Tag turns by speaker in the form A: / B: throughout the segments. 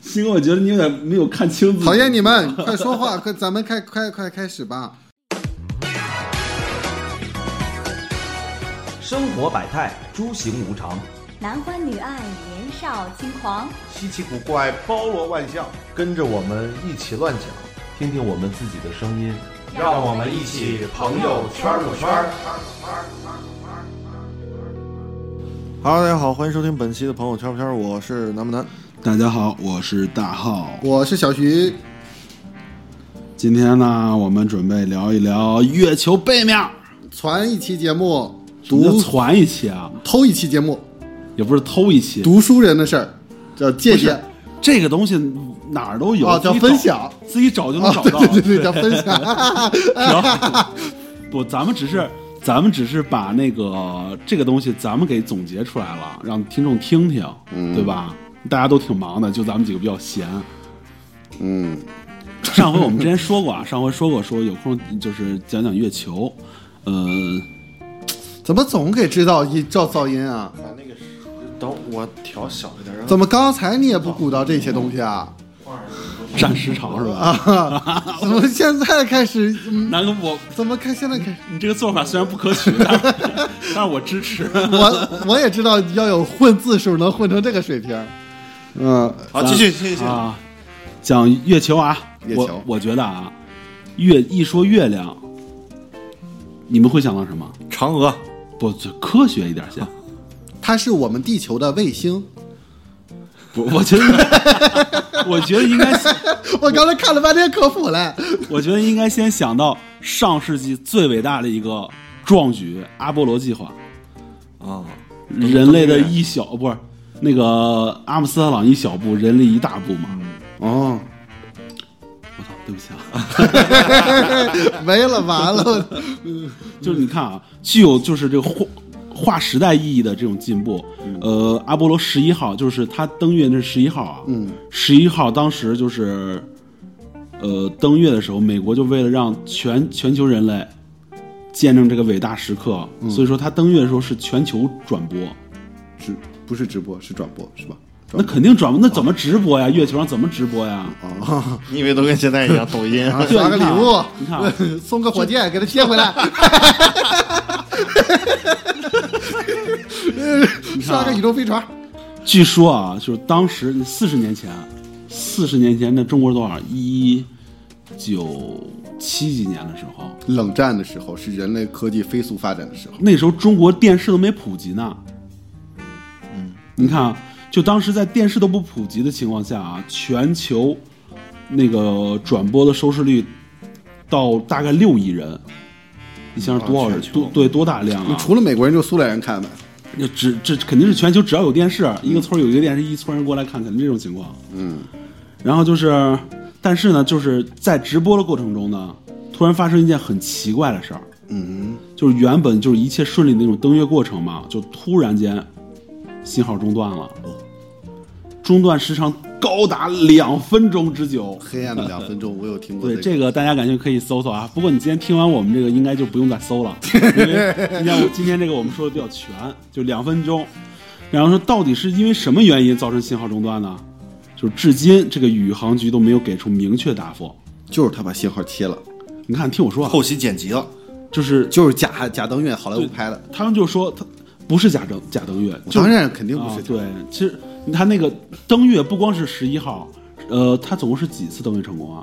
A: 秦哥，我觉得你有点没有看清自己。
B: 讨厌你们，快说话，快，咱们开快快开始吧。
C: 生活百态，诸行无常，
D: 男欢女爱，年少轻狂。
E: 稀奇古怪，包罗万象，跟着我们一起乱讲，
C: 听听我们自己的声音。
D: 让我们一起朋友圈儿不圈儿。
E: Hello，大家好，欢迎收听本期的朋友圈儿不圈儿，我是南不南。
A: 大家好，我是大浩。
B: 我是小徐，
A: 今天呢，我们准备聊一聊月球背面，
B: 传一期节目，
A: 就
B: 读
A: 传一期啊，
B: 偷一期节目，
A: 也不是偷一期，
B: 读书人的事儿，叫借鉴。
A: 这个东西哪儿都有，
B: 哦叫
A: 自己找
B: 分享，
A: 自己找就能
B: 啊，
A: 找
B: 对
A: 到。
B: 对对对，叫分享。
A: 然后 不，咱们只是咱们只是把那个这个东西咱们给总结出来了，让听众听听，对吧？大家都挺忙的，就咱们几个比较闲。
B: 嗯，
A: 上回我们之前说过啊，上回说过说有空就是讲讲月球，呃，
B: 怎么总给制造一造噪音啊？
E: 把那个等我调小一点，然后
B: 怎么刚才你也不鼓捣这些东西啊？
A: 占时长是吧？
B: 啊，怎么现在开始？嗯，
A: 南哥，我
B: 怎么开现在开始？
A: 你这个做法虽然不可取，但但是我支持。
B: 我我也知道要有混字数能混成这个水平。嗯，
E: 好，继续继续。
A: 啊，讲月球啊，
B: 月球
A: 我我觉得啊，月一说月亮，你们会想到什么？
E: 嫦娥，
A: 不，就科学一点先。
B: 它是我们地球的卫星。
A: 不，我觉得， 我觉得应该，
B: 我刚才看了半 天科普嘞，
A: 我觉得应该先想到上世纪最伟大的一个壮举——阿波罗计划，
E: 啊，
A: 人类的一小不是那个阿姆斯特朗一小步，人类一大步嘛。
B: 哦，
A: 我操，对不起啊。
B: 没了，完 了，
A: 就是你看啊，具有就是这个划划时代意义的这种进步。
B: 嗯
A: 呃，阿波罗十一号就是它登月那十一号啊，嗯，十一号当时就是呃登月的时候，美国就为了让全全球人类见证这个伟大时刻，
B: 嗯
A: 所以说它登月的时候是全球转播。
B: 直不是直播是转播是吧？
A: 那肯定转播，那怎么直播呀？月球上怎么直播呀？
E: 你以为都跟现在一样抖音啊？
B: 啊，刷个礼物，
A: 你看啊
B: 送个火箭给他接 回来，
A: 啊
B: 刷个宇宙飞船，
A: 据说啊，就是当时四十年前，四十年前那中国多少？一九七几年的时候，
B: 冷战的时候是人类科技飞速发展的时候。
A: 那时候中国电视都没普及呢。嗯，你看啊，就当时在电视都不普及的情况下啊，全球那个转播的收视率到大概六亿人，你想想多少人？多对多大量啊？
B: 除了美国人，就苏联人看呗。
A: 就只这肯定是全球只要有电视，一个村儿有一个电视，一村人过来看，肯定这种情况。嗯，然后就是，但是呢，就是在直播的过程中呢，突然发生一件很奇怪的事儿。嗯，就是原本就是一切顺利的那种登月过程嘛，就突然间信号中断了，哦中断时长高达两分钟之久。
B: 黑暗的两分钟，我有听过
A: 对
B: 这
A: 这个，大家感觉可以搜搜啊。不过你今天听完我们这个，应该就不用再搜 了，因为你看我今天这个我们说的比较全，就两分钟。然后说到底是因为什么原因造成信号中断呢？就是至今这个宇航局都没有给出明确答复。
B: 就是他把信号切了，
A: 你看，听我说啊，
E: 后期剪辑了，
A: 就是
B: 就是假假登月好莱坞拍的。
A: 他们就说他不是假登假登月，就
B: 当然肯定不
A: 啊
B: 是、
A: 对，其实他那个登月不光是十一号，呃，他总共是几次登月成功啊？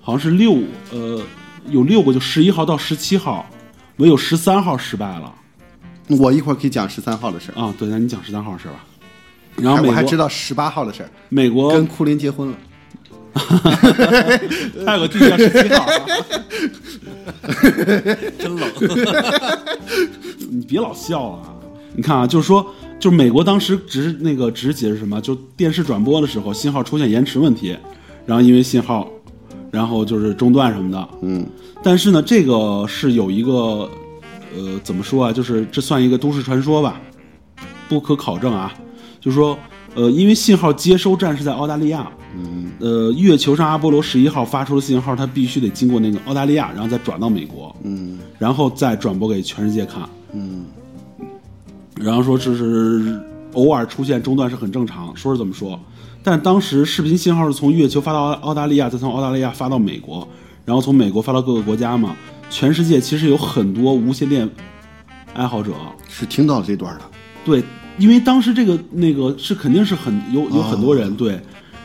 A: 好像是六，呃，有六个，就十一号到十七号，唯有十三号失败了
B: 我一会儿可以讲十三号的事儿，
A: 啊。对，那你讲十三号是吧？然后啊
B: 还
A: 美
B: 哎
A: 国
B: 我还知道十八号的事儿，
A: 美国
B: 跟库林结婚了。
A: 泰国地叫十七号、啊，
C: 真冷。
A: 你别老笑啊！你看啊，就是说，就是美国当时只是那个只是解释什么，就电视转播的时候信号出现延迟问题，然后因为信号，然后就是中断什么的。嗯，但是呢，这个是有一个，呃，怎么说啊？就是这算一个都市传说吧，不可考证啊。就是说，呃，因为信号接收站是在澳大利亚，嗯，呃，月球上阿波罗十一号发出的信号，它必须得经过那个澳大利亚，然后再转到美国，嗯，然后再转播给全世界看，然后说这是偶尔出现中断是很正常。说是这么说，但当时视频信号是从月球发到澳澳大利亚，再从澳大利亚发到美国，然后从美国发到各个国家嘛。全世界其实有很多无线电爱好者，
B: 是听到了这段的，
A: 对，因为当时这个那个是肯定是很有有很多
B: 哦
A: 人、对，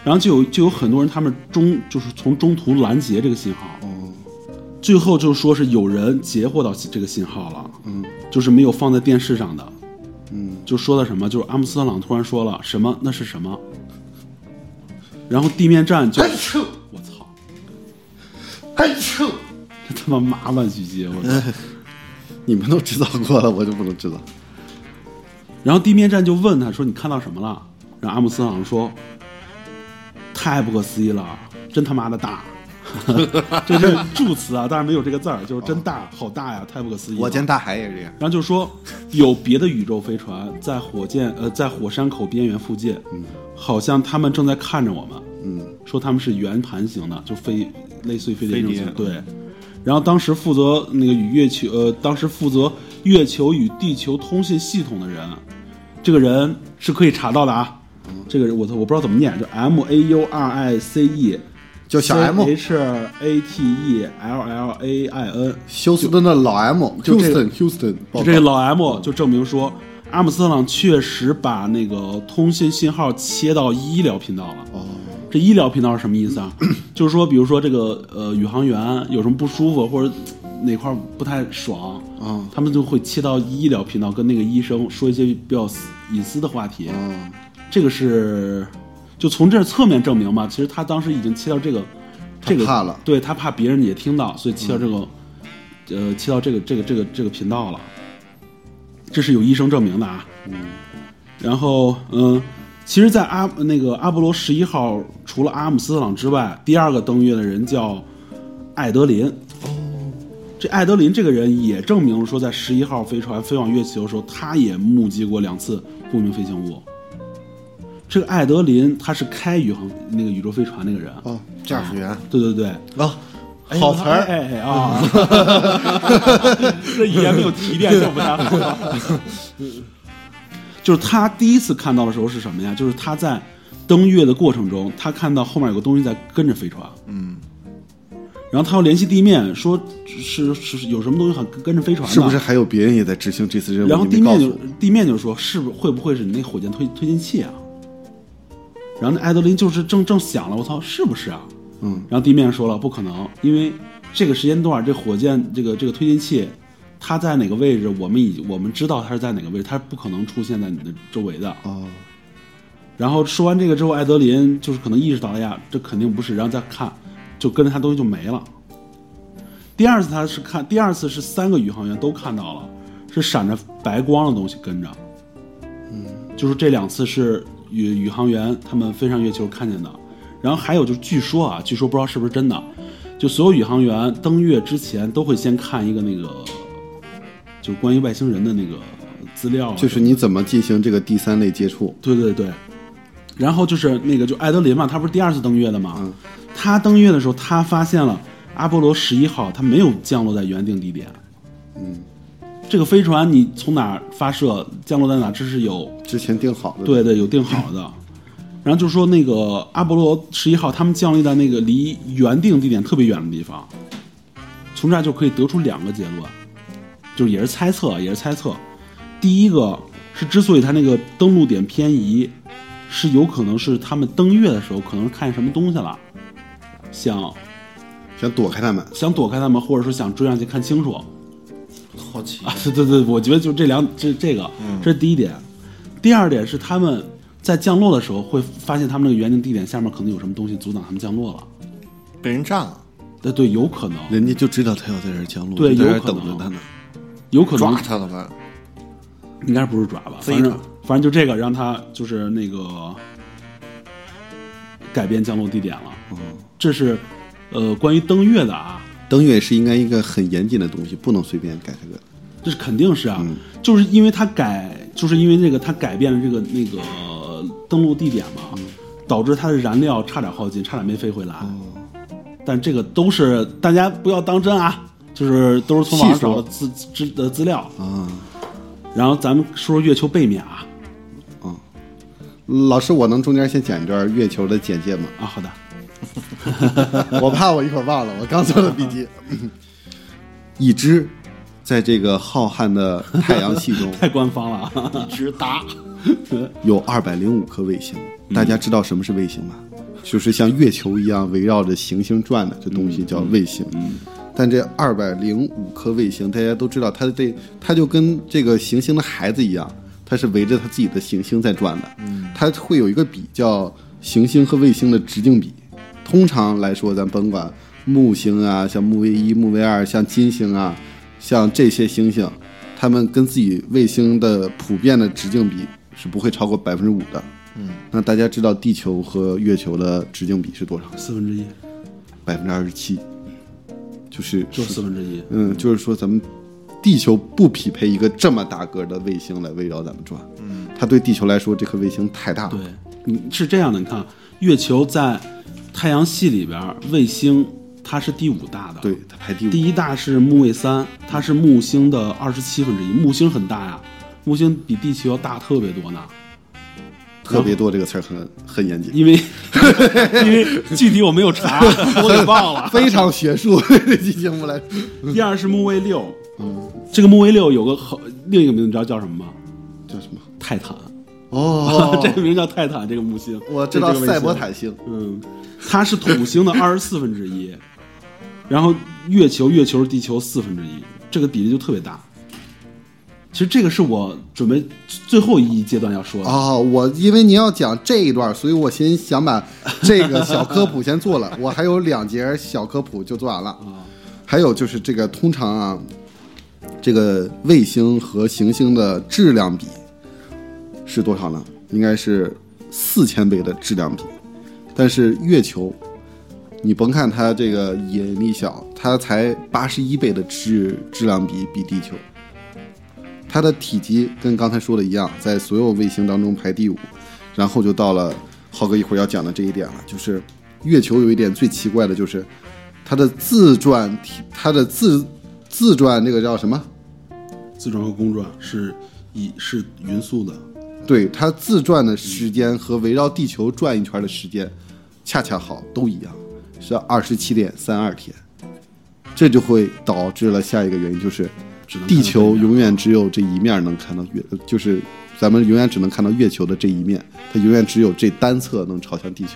A: 然后就有就有很多人他们中就是从中途拦截这个信号，
B: 哦，
A: 最后就说是有人截获到这个信号了，嗯，就是没有放在电视上的，
B: 嗯，
A: 就说的什么，就是阿姆斯特朗突然说了什么，那是什么，然后地面站就，
B: 哎
A: 我操，哎这他妈麻烦狙击， 我操。
B: 你们都知道过了，我就不能知道。
A: 然后地面站就问他说：“你看到什么了？”然后阿姆斯特朗说：“太不可思议了，真他妈的大！” 这是助词啊，当然没有这个字儿，就是真大，好大呀，太不可思议了。
B: 我见大海也是这样，
A: 然后就说有别的宇宙飞船在火箭呃在火山口边缘附近，好像他们正在看着我们，
B: 嗯，
A: 说他们是圆盘形的，就飞类似于飞碟这种形
B: 飞碟嗯
A: 对。然后当时负责那个与月球呃，当时负责月球与地球通信系统的人，这个人是可以查到的啊。
B: 嗯
A: 这个人我操，我不知道怎么念，就 M A U R I C E，
B: 叫小 M
A: H A T E L L A I N，
B: 休斯顿的老 M，哦
A: 就这个
B: Houston Houston，
A: 就这个老 M 就证明说，阿姆斯特朗确实把那个通信信号切到医疗频道了。
B: 哦，
A: 这医疗频道是什么意思啊？就是说，比如说这个呃宇航员有什么不舒服或者呃哪块儿不太爽，
B: 啊
A: 他们就会切到医疗频道跟那个医生说一些比较私隐私的话题。
B: 啊，
A: 这个是就从这侧面证明嘛，其实他当时已经切到这个
B: 他
A: 这个
B: 怕了嗯
A: 对他怕别人也听到，所以切到这个、呃切到这个这个这个这个频道了，这是有医生证明的啊。嗯，然后嗯。其实，在阿那个阿波罗十一号，除了阿姆斯特朗之外，第二个登月的人叫艾德林。这艾德林这个人也证明了说，在十一号飞船飞往月球的时候，他也目击过两次不明飞行物。这个艾德林他是开宇航那个宇宙飞船那个人，啊
B: 哦，驾驶员
A: 对对对，
B: 啊，好词
A: 哎
B: 儿，
A: 哎哎啊， 这语言没有提炼就不太好。 就是他第一次看到的时候是什么呀？就是他在登月的过程中，他看到后面有个东西在跟着飞船，嗯，然后他要联系地面，说是是是有什么东西很跟着飞船呢，
B: 是不是还有别人也在执行这次任务？
A: 然后
B: 你
A: 地
B: 没告
A: 面
B: 诉
A: 就
B: 我
A: 地面就说是不会不会是你那火箭推推进器啊？然后那艾德林就是正正想了，我操，是不是啊？
B: 嗯，
A: 然后地面说了不可能，因为这个时间段这火箭这个这个推进器它在哪个位置，我们已我们知道它是在哪个位置，它不可能出现在你的周围的。
B: 哦，
A: 然后说完这个之后，艾德林就是可能意识到，哎呀，这肯定不是，然后再看，就跟着他东西就没了。第二次他是看，第二次是三个宇航员都看到了，是闪着白光的东西跟着。嗯，就是这两次是宇宇航员他们飞上月球看见的。然后还有就是，据说啊，据说不知道是不是真的，就所有宇航员登月之前都会先看一个那个，就关于外星人的那个资料啊，
B: 就是你怎么进行这个第三类接触？
A: 对对对，然后就是那个就艾德林嘛，他不是第二次登月的嘛，他登月的时候，他发现了阿波罗十一号，它没有降落在原定地点。嗯，这个飞船你从哪儿发射，降落在哪儿，这是有
B: 之前定好的，
A: 对对有定好的。然后就说那个阿波罗十一号，他们降落在那个离原定地点特别远的地方，从这儿就可以得出两个结论，就是也是猜测，也是猜测。第一个是，之所以它那个登陆点偏移，是有可能是他们登月的时候可能是看见什么东西了，想
B: 想躲开他们。
A: 想躲开他们，或者说想追上去看清楚。
E: 好奇
A: 啊， 对对对，我觉得就这两这这个，这是第一点。第二点是他们在降落的时候会发现他们那个原定地点下面可能有什么东西阻挡他们降落了。
E: 被人炸了，
A: 对对，有可能，
B: 人家就知道他要在这儿降落，
A: 对
B: 就在这
A: 有
B: 儿
A: 可能
B: 等着他呢，
A: 有可能
E: 抓他了吧？
A: 应该不是抓吧，
E: 飞
A: 反正
E: 他
A: 反正就这个让他就是那个改变降落地点了。嗯，这是呃关于登月的啊，
B: 登月是应该一个很严谨的东西，不能随便改这个。
A: 这是肯定是啊，
B: 嗯
A: 就是因为他改，就是因为这个他改变了这个那个呃登陆地点嘛，
B: 嗯
A: 导致它的燃料差点耗尽，差点没飞回来。
B: 哦
A: 但这个都是大家不要当真啊，就是都是从网上
B: 细说
A: 找的资资的资料。
B: 啊，
A: 然后咱们说说月球背面啊，
B: 老师，我能中间先讲一段月球的简介吗？
A: 啊，好的，
B: 我怕我一会儿忘了，我刚做了笔 记。已知，在这个浩瀚的太阳系中
A: 太官方了啊，直达。
B: 有二百零五颗卫星，大家知道什么是卫星吗？就是像月球一样围绕着行星转的这东西叫卫星。但这二百零五颗卫星，大家都知道，它这它就跟这个行星的孩子一样，它是围着它自己的行星在转的。它会有一个比较行星和卫星的直径比。通常来说，咱甭管木星啊，像木卫一、木卫二，像金星啊，像这些星星，它们跟自己卫星的普遍的直径比是不会超过百分之五的。嗯，那大家知道地球和月球的直径比是多少？
A: 四分之一，
B: 百分之二十七，就是
A: 就四分之一。
B: 嗯，就是说咱们地球不匹配一个这么大个儿的卫星来围绕咱们转。嗯，它对地球来说，这颗卫星太大了。
A: 对，你是这样的，你看，啊月球在太阳系里边儿，卫星它是第五大的，
B: 对，它排第五。
A: 第一大是木卫三，它是木星的二十七分之一。木星很大呀，木星比地球要大特别多呢。
B: 特别多这个词儿很很严谨，
A: 因为 因为具体我没有查， 我给忘了。
B: 非常学术这期节目来。
A: 第二是木卫六，这个木卫六有个好另一个名字，你知道叫什么吗？
B: 叫什么？
A: 泰坦，
B: 哦
A: 这个名叫泰坦，这个木星，
B: 我知道
A: 这是这个卫
B: 赛
A: 星
B: 博坦星，
A: 嗯，它是土星的二十四分之一，然后月球，月球是地球四分之一，这个比例就特别大。其实这个是我准备最后一阶段要说的，
B: 哦，我因为您要讲这一段，所以我先想把这个小科普先 做了，我还有两节小科普就做完了。
A: 啊
B: 还有就是这个通常啊，这个卫星和行星的质量比是多少呢？应该是四千倍的质量比，但是月球，你甭看它这个引力小，它才八十一倍的质质量比比地球。它的体积跟刚才说的一样，在所有卫星当中排第五，然后就到了浩哥一会儿要讲的这一点了，就是月球有一点最奇怪的就是它的自转体，它的自自转这个叫什么？
A: 自转和公转是以是匀速的，
B: 对，它自转的时间和围绕地球转一圈的时间，恰恰好都一样，是二十七点三二天。这就会导致了下一个原因，就是
A: 只能看到
B: 地球
A: 这一面
B: 永远只有这一面能看到月，就是咱们永远只能看到月球的这一面，它永远只有这单侧能朝向地球，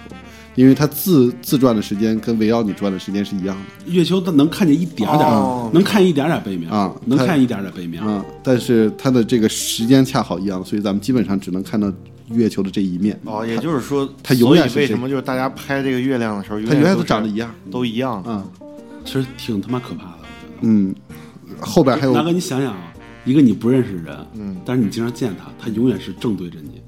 B: 因为它自自转的时间跟围绕你转的时间是一样的
A: 月球它能看见一点儿点儿，
E: 哦
A: 能看一点儿点儿背面
B: 啊
A: 能
B: 它
A: 看一点儿点儿背面。
B: 啊、但是它的这个时间恰好一样，所以咱们基本上只能看到月球的这一面。
E: 哦，也就是说，
B: 它永远
E: 所以
B: 是这
E: 为什么就是大家拍这个月亮的时候，
B: 它永远
E: 都
B: 都
E: 是
B: 长得一样，
E: 都一样的。
B: 啊、
A: 其实挺他妈可怕的，我觉
B: 嗯，后边还
A: 得。
B: 有
A: 哎南哥，你想想啊，一个你不认识的人，嗯，但是你经常见他，他永远是正对着你，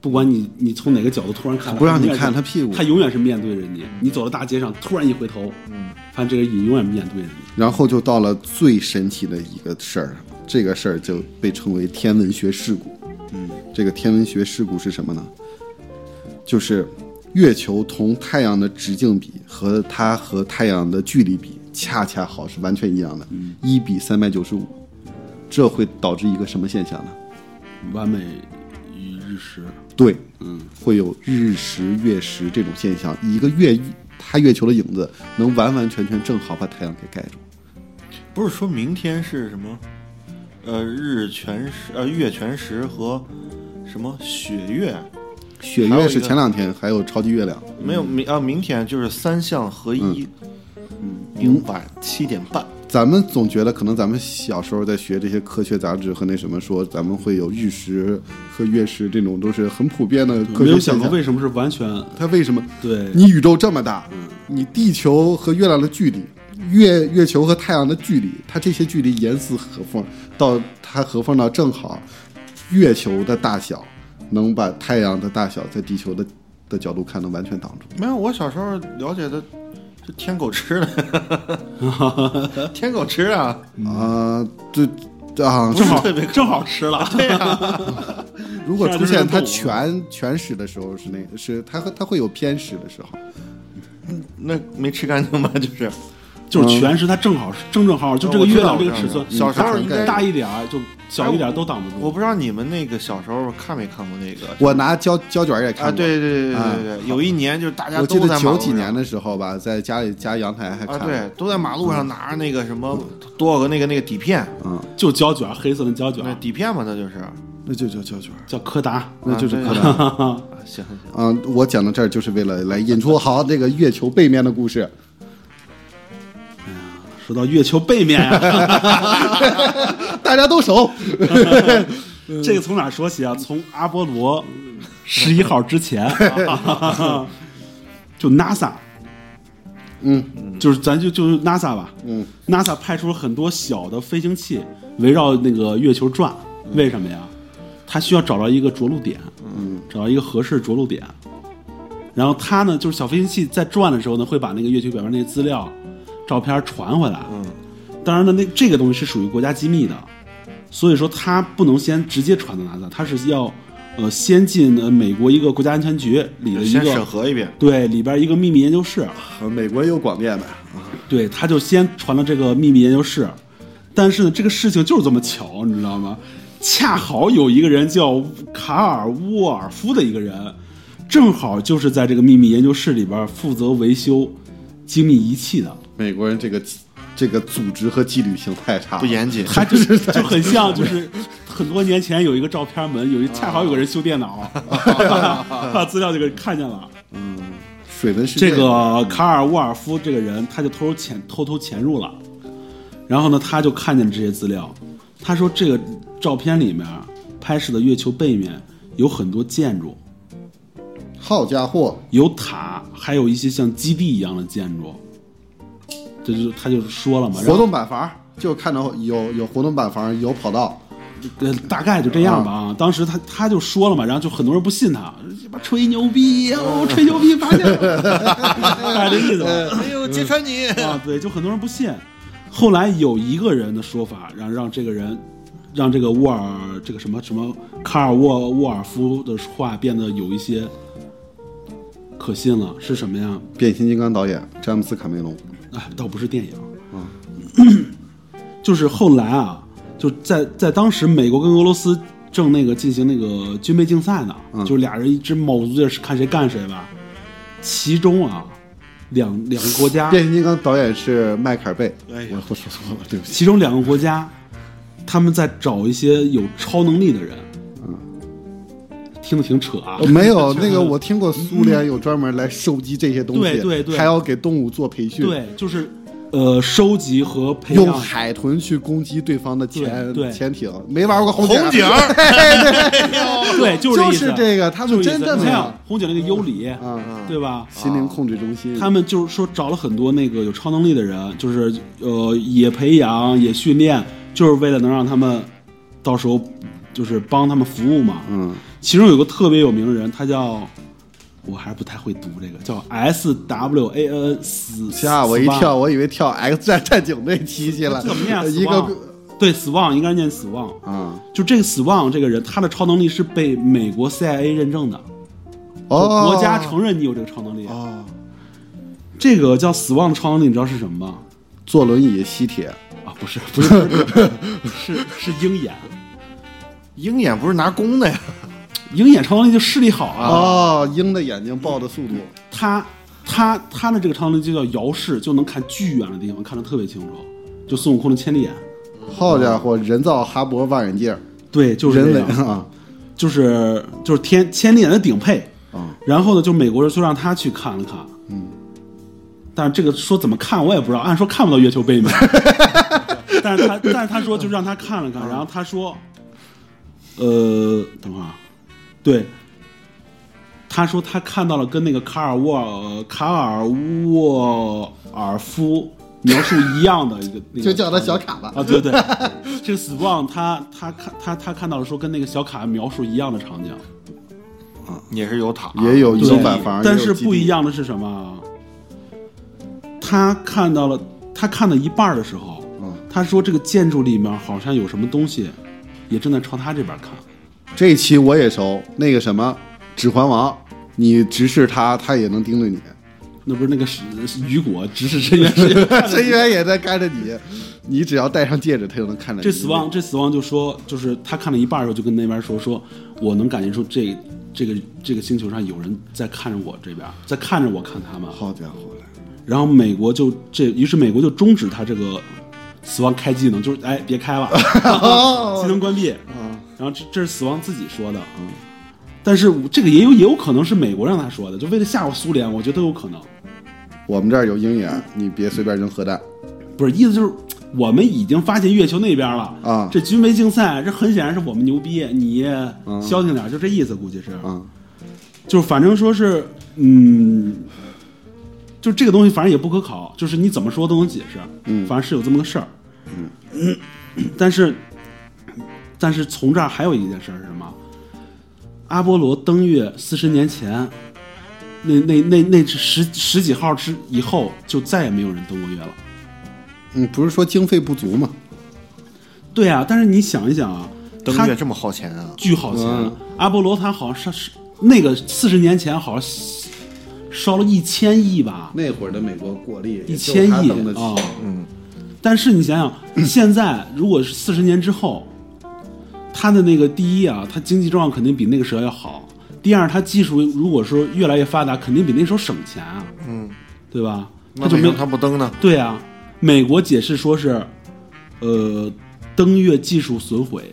A: 不管你你从哪个角度突然看他，
B: 不让你
A: 永远是
B: 看他屁股嗯
A: 他永远是面对着你。你走到大街上，突然一回头，嗯，发现这个人永远面对着你。
B: 然后就到了最神奇的一个事儿，这个事儿就被称为天文学事故。嗯，这个天文学事故是什么呢？就是月球同太阳的直径比和它和太阳的距离比，恰恰好是完全一样的，一、比三百九十五。这会导致一个什么现象呢？
A: 完美与日食，
B: 对，嗯，会有日食、月食这种现象，一个月它月球的影子能完完全全正好把太阳给盖住。嗯
E: 不是说明天是什么？呃，日全食，呃，月全食和什么雪月？
B: 嗯雪
E: 还有
B: 月
E: 一
B: 是
E: 个
B: 前两天，还有超级月亮。
E: 没有明啊，明天就是三项合一，
B: 嗯
E: 嗯明晚七点半。
B: 咱们总觉得可能咱们小时候在学这些科学杂志和那什么说，咱们会有日食和月食这种都是很普遍的科
A: 没有
B: 学
A: 想
B: 现
A: 过
B: 象。
A: 为什么是完全
B: 它为什么？
A: 对
B: 你宇宙这么大，你地球和月亮的距离，月月球和太阳的距离，它这些距离严丝合缝，到它合缝到正好月球的大小能把太阳的大小在地球的的角度看能完全挡住。
E: 没有，我小时候了解的是天狗吃的， 天狗吃啊，
B: 啊，对啊，
E: 不是
A: 正好
E: 特别
A: 正好吃了？
E: 对啊，
B: 如果出现
A: 这
B: 它
A: 样就是
B: 全全食的时候是那个是它会它会有偏食的时候，
E: 那没吃干净吧？就是
A: 就是全时，它正好是正正好
B: 嗯
A: 好，就这个
E: 我知
A: 月
E: 道
A: 亮这个
E: 我知
A: 尺
E: 道
A: 寸，
E: 小时
B: 候
A: 当然
B: 应该哎
A: 大一点儿就小一点儿都挡不住。
E: 我不知道你们那个小时候看没看过那个
B: 我拿胶胶卷儿也看
E: 啊？
B: 过，
E: 对对对对
B: 啊
E: 对对，有一年就是大家
B: 我记
E: 都
B: 得
E: 在马
B: 九
E: 路
B: 几年
E: 上
B: 的时候吧，在家里家阳台还
E: 啊，
B: 看，
E: 对，，都在马路上拿着那个什么多少个那个那个底片，
B: 嗯，
A: 就胶卷儿，黑色的胶卷
E: 那
A: 儿
E: 底片嘛，那就是啊，
B: 那就叫胶卷儿，
A: 叫柯达。
B: 那就是
E: 啊
B: 柯
E: 对
B: 达。
E: 行行。
B: 啊、我讲到这儿就是为了来引出好这个月球背面的故事。
A: 说到月球背面 啊，
B: 大家都熟。
A: 这个从哪儿说起啊？从阿波罗十一号之前，就 NASA，
B: 嗯
A: 就是咱就就是 NASA 吧，
B: 嗯
A: ，NASA 派出了很多小的飞行器围绕那个月球转，为什么呀？它需要找到一个着陆点，嗯，找到一个合适的着陆点。然后它呢，就是小飞行器在转的时候呢，会把那个月球表面那些资料、照片传回来。嗯，当然呢，那这个东西是属于国家机密的，所以说它不能先直接传到 NASA，它是要呃先进呃美国一个国家安全局里的一
E: 先审
A: 个
E: 核一遍，
A: 对里边一个秘密研究室，
B: 美国有广电呗，
A: 对，他就先传到这个秘密研究室，但是呢，这个事情就是这么巧，你知道吗？恰好有一个人叫卡尔沃尔夫的一个人，正好就是在这个秘密研究室里边负责维修精密仪器的，
B: 美国人这个这个组织和纪律性太差了，
E: 不严谨。
A: 他就是就很像，就是很多年前有一个照片门，有一恰好有个人修电脑， 把资料就给看见了。
B: 水文世界
A: 这个卡尔沃尔夫这个人，他就偷偷潜偷偷潜入了，然后呢，他就看见了这些资料。他说这个照片里面啊拍摄的月球背面有很多建筑，
B: 好家伙，
A: 有塔，还有一些像基地一样的建筑。这就他就说了嘛，然
B: 活
A: 后
B: 动板房就看到有有活动板房，有跑道，
A: 呃大概就这样吧啊。当时他他就说了嘛，然后就很多人不信他，鸡巴吹牛逼，哦，吹牛逼发现了， 大概这意思吧。
E: 哎呦，揭穿你！
A: 啊，对，就很多人不信。后来有一个人的说法，让让这个人，让这个沃尔这个什么什么卡尔沃沃尔夫的话变得有一些可信了，是什么呀？
B: 变形金刚导演詹姆斯卡梅隆，
A: 啊，倒不是电影啊， 就是后来啊，就在在当时美国跟俄罗斯正那个进行那个军备竞赛呢，就是俩人一直卯足劲儿看谁干谁吧。其中啊，两两个国家
B: 变形金刚导演是迈克尔贝，
E: 哎呀
B: 我我说错了，对不起，
A: 其中两个国家，他们在找一些有超能力的人。听着挺扯啊
B: 呃，没有那个我听过苏联有专门来收集这些东西，
A: 对对对
B: 还要给动物做培训，，
A: 对，就是呃，收集和培
B: 用
A: 养。
B: 海豚去攻击对方的潜
A: 对对
B: 潜艇，没玩过红
E: 红
B: 警
E: 警
B: 儿，
E: 儿，
A: 对，
E: 哎
A: 就是这意思
B: 就是这个他们
A: 就是这意
B: 真
A: 思
B: 的
A: 你
B: 没有
A: 像红警那个尤里，
B: 嗯
A: 对吧？
B: 心灵控制中心，
A: 他们就是说找了很多那个有超能力的人，就是呃也培养也训练，就是为了能让他们到时候就是帮他们服务嘛。
B: 嗯，
A: 其中有个特别有名的人，他叫我还是不太会读这个，叫 S W A N 死
B: 吓我一跳，，我以为跳 X 战战警那期去了，
A: 死嗯怎么念？
B: 一个
A: Swan 对死亡应该念死亡。
B: 啊
A: 就这个死亡这个人，他的超能力是被美国 CIA 认证的，
B: 哦，
A: 国家承认你有这个超能力。
B: 哦，
A: 这个叫死亡的超能力，你知道是什么吗？
B: 坐轮椅吸铁，
A: 啊，不是，不是，不 是是是鹰眼，
E: 鹰眼不是拿弓的呀？
A: 鹰眼超能力就视力好啊。
B: 哦，鹰的眼睛爆的速度，
A: 他他他的这个超能力就叫遥视，就能看巨远的地方，看得特别清楚，就孙悟空的千里眼。
B: 好家伙，人造哈勃望远镜儿，
A: 对，嗯就是这
B: 人为
A: 样
B: 啊，
A: 就是就是天千里眼的顶配
B: 啊。
A: 然后呢，就美国人就让他去看了看，嗯。但是这个说怎么看我也不知道，按说看不到月球背面， 但是他但是他说就让他看了
B: 嗯
A: 看，然后他说，呃，等会儿啊，对，他说他看到了跟那个卡尔沃尔卡尔沃尔夫描述一样的一个，那个
B: 就叫他小卡吧
A: 啊，对对，这个 Swan 他他看他他看到了说跟那个小卡描述一样的场景，
E: 也是有塔，
B: 嗯也有
A: 对
B: 鹰板房，
A: 但
B: 也有
A: 是
B: 基
A: 不
B: 地
A: 一，样的是什么啊？他看到了，他看到一半儿的时候，
B: 嗯
A: 他说这个建筑里面好像有什么东西，也正在朝他这边看。
B: 这期我也熟，那个什么《指环王》，你直视他，他也能盯着你，
A: 那不是那个是是雨果直视深渊是
B: 深渊也在看着你，你只要戴上戒指，他就能看着 你。
A: 这死亡，这死亡就说，就是他看了一半的时候，就跟那边说，说我能感觉出这这个这个星球上有人在看着我这边，在看着我看他们。
B: 好家伙嘞！
A: 然后美国就这，于是美国就终止他这个死亡开技能，就是哎别开了， 技能关闭。然后这这是死亡自己说的，嗯，但是这个也有也有可能是美国让他说的，就为了吓唬苏联，我觉得都有可能。
B: 我们这儿有鹰眼，你别随便扔核弹。
A: 不是，意思就是我们已经发现月球那边了
B: 啊
A: 这军备竞赛，这很显然是我们牛逼，你消停点儿，就这意思，估计是
B: 啊。
A: 就是反正说是，嗯，就这个东西反正也不可考，就是你怎么说都能解释，嗯，反正是有这么个事儿，嗯， 但是但是从这儿还有一件事儿是什么？阿波罗登月四十年前。那那那那十十几号之以后，就再也没有人登过月了。
B: 嗯，不是说经费不足吗？
A: 对啊，但是你想一想啊，
E: 登
A: 他
E: 月这么耗钱啊？
A: 巨好钱，
B: 嗯
A: 阿波罗他好像是那个四十年前好像烧了一千亿吧，
B: 那会儿的美国国力
A: 一千亿啊、
E: 嗯，
A: 但是你想想，现在如果是四十年之后，他的那个第一啊，他经济状况肯定比那个时候要好；第二，他技术如果说越来越发达，肯定比那时候省钱啊，
E: 嗯，
A: 对吧？
E: 那
A: 他就
E: 为
A: 没有
E: 什么他不登呢？
A: 对啊，美国解释说是，呃，登月技术损毁，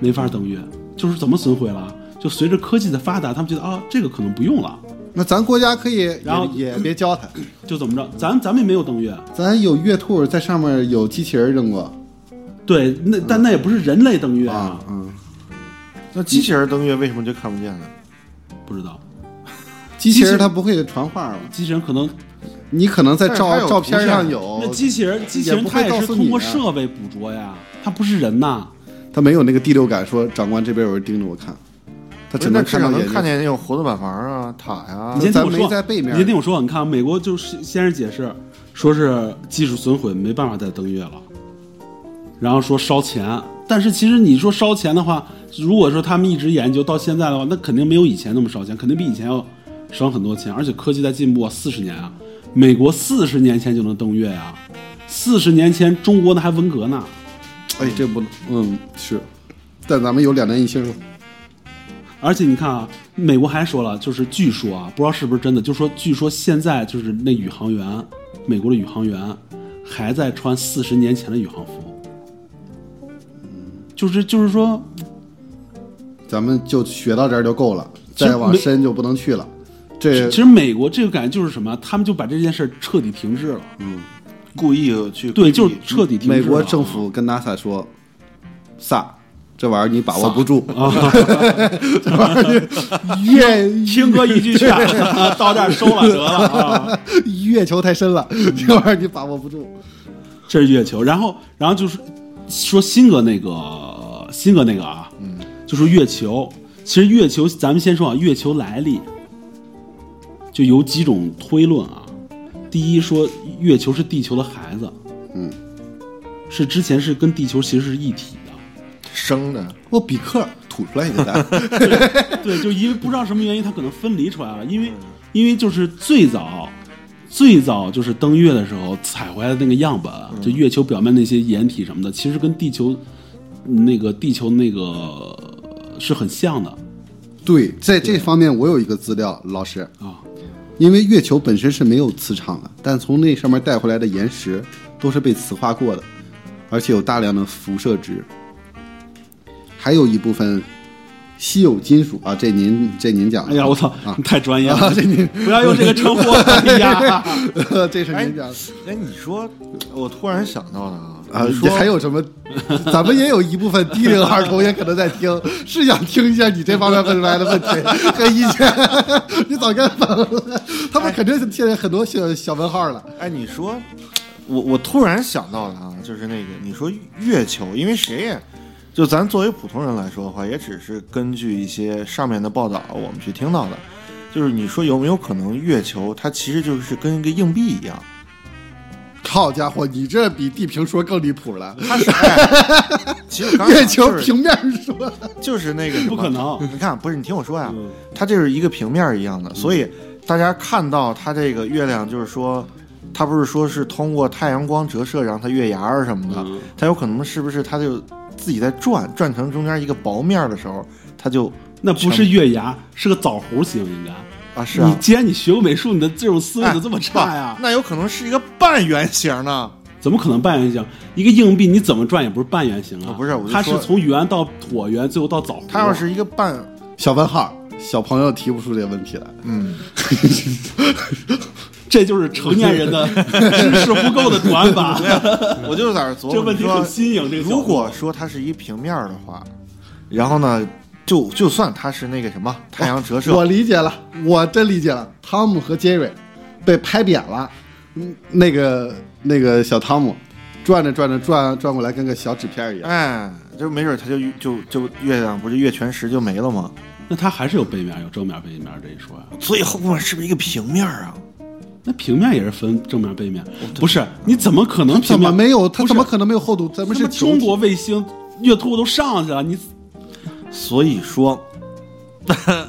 A: 没法登月，就是怎么损毁了？就随着科技的发达，他们觉得啊，这个可能不用了，
B: 那咱国家可以也
A: 然后
B: 也别教他，
A: 就怎么着？咱咱们也没有登月，
B: 咱有月兔在上面有机器人扔过
A: 对，那但那也不是人类登月
B: 啊，嗯，
E: 那机器人登月为什么就看不见呢？
A: 不知道
B: 机器
A: 机器
B: 人它不会传话吗？
A: 机器人可能
B: 你可能在
E: 但是它
B: 照
E: 有
B: 照片上
E: 图像
B: 有
A: 那，机器人机器人
B: 不
A: 它
B: 会
A: 也
B: 告
A: 是
B: 诉
A: 通
B: 你
A: 过
B: 啊
A: 设备捕捉呀，它不是人呐。
B: 它没有那个第六感，说长官这边有人盯着我看，它
E: 不
B: 只
E: 是那
B: 能
E: 至
B: 看
E: 少
B: 到眼
E: 能
B: 睛。
E: 看见那种活动板房啊、塔呀、
A: 你先听
B: 咱
A: 我
B: 没
A: 说，啊
B: 在背面
A: 你先听我说，你看，啊美国就是先是解释，说是技术损毁，没办法再登月了，然后说烧钱。但是其实你说烧钱的话，如果说他们一直研究到现在的话，那肯定没有以前那么烧钱，肯定比以前要省很多钱。而且科技在进步啊，四十年啊，美国四十年前就能登月啊，四十年前中国那还文革呢，
B: 哎，这不能，嗯，是，但咱们有两弹一星吗？
A: 而且你看啊，美国还说了，就是据说啊，不知道是不是真的，就说据说现在就是那宇航员，美国的宇航员还在穿四十年前的宇航服，
B: 嗯
A: 就是就是说，
B: 咱们就学到这儿就够了，
A: 其实
B: 再往
A: 没
B: 深就不能去了。这
A: 其实美国这个感觉就是什么，他们就把这件事儿彻底停滞了，
E: 故意去
A: 对，就是啊彻底停滞了。
B: 美国政府跟 NASA 说，萨，这玩意儿你把握不住，这玩意儿月
A: 听哥一句劝， 到这儿收了得了啊。
B: 月球太深了，这玩意儿你把握不住。
A: 这是月球，然后然后就是说新哥那个新哥那个啊，嗯，就是月球。其实月球，咱们先说啊，月球来历就有几种推论啊。第一说月球是地球的孩子，
B: 嗯，
A: 是之前是跟地球其实是一体的，
E: 生的，
B: 我比克吐出来一个蛋，
A: 对，就因为不知道什么原因，它可能分离出来了，因
B: 嗯
A: 为因为就是最早。最早就是登月的时候采回来的那个样本，啊
B: 嗯
A: 就月球表面那些岩体什么的，其实跟地球那个地球那个呃是很像的
B: 对，在这方面我有一个资料，老师，
A: 啊。
B: 因为月球本身是没有磁场的，但从那上面带回来的岩石都是被磁化过的，而且有大量的辐射值，还有一部分稀有金属啊，这您这您讲的，
A: 哎呀，我操，
B: 啊
A: 你，太专业
B: 啊
A: 了，
B: 这你
A: 不要用这个称呼。哎呀，
B: 这是您讲的。
E: 哎，你说，我突然想到了啊，
A: 哎
B: 啊
E: 你，说
B: 还有什么？咱们也有一部分低龄儿童也可能在听， 是想听一下你这方面问出来的 问题和意见。 你早该问了，他们肯定现在很多小小问号了。
E: 哎，你说，我我突然想到了啊，就是那个你说月球，因为谁也，就咱作为普通人来说的话，也只是根据一些上面的报道我们去听到的，就是你说有没有可能月球它其实就是跟一个硬币一样，
B: 好家伙，你这比地平说更离谱了。
E: 它是。哎、其实我刚才
B: 月
E: 想
B: 球
E: 就是
B: 平面说，
E: 就是那个什么
A: 不可能嗯
E: 你看，不是你听我说呀，它就是一个平面一样的，所以大家看到它这个月亮，就是说，它不是说是通过太阳光折射让它月牙儿什么的，
A: 嗯
E: 它有可能是不是它就自己在转，转成中间一个薄面儿的时候，它就
A: 那不是月牙，是个枣核形，应该。
E: 啊是啊哎
A: 你，既然你学过美术，你的这种思维
B: 哎
A: 怎么这么差呀？
E: 不那有可能是一个半圆形呢。
A: 怎么可能半圆形？一个硬币你怎么转也不是半圆形啊！
E: 啊不是我就
A: 它是
E: 说
A: 从圆到椭圆，最后到枣核。
E: 它要是一个半，
B: 小问号，小朋友提不出这问题来。
E: 嗯，
A: 这就是成年人 的知识不够的短板。
E: 我就在这儿琢
A: 嗯
E: 磨
A: 这问题
E: 说
A: 很新颖。这个小
E: 如果说它是一平面儿的话，然后呢，就就算它是那个什么太阳折射，
B: 我理解了，我真理解了。汤姆和杰瑞被拍扁了，嗯，那个那个小汤姆转着转着转转过来，跟个小纸片儿一样。
E: 哎，就没准它就就就月亮不是月全食就没了吗？
A: 那它还是有背面、有正面、背面这一说呀、
E: 所以后面是不是一个平面儿啊？
A: 那平面也是分正面、背面，不是？你怎么可能
B: 他
A: 平
B: 怎
A: 面？
B: 么没有？他
A: 哎不是
B: 怎么可能没有厚度？咱们
A: 他
B: 是
A: 妈中国卫星月兔都上去了，你
E: 所以说，呃，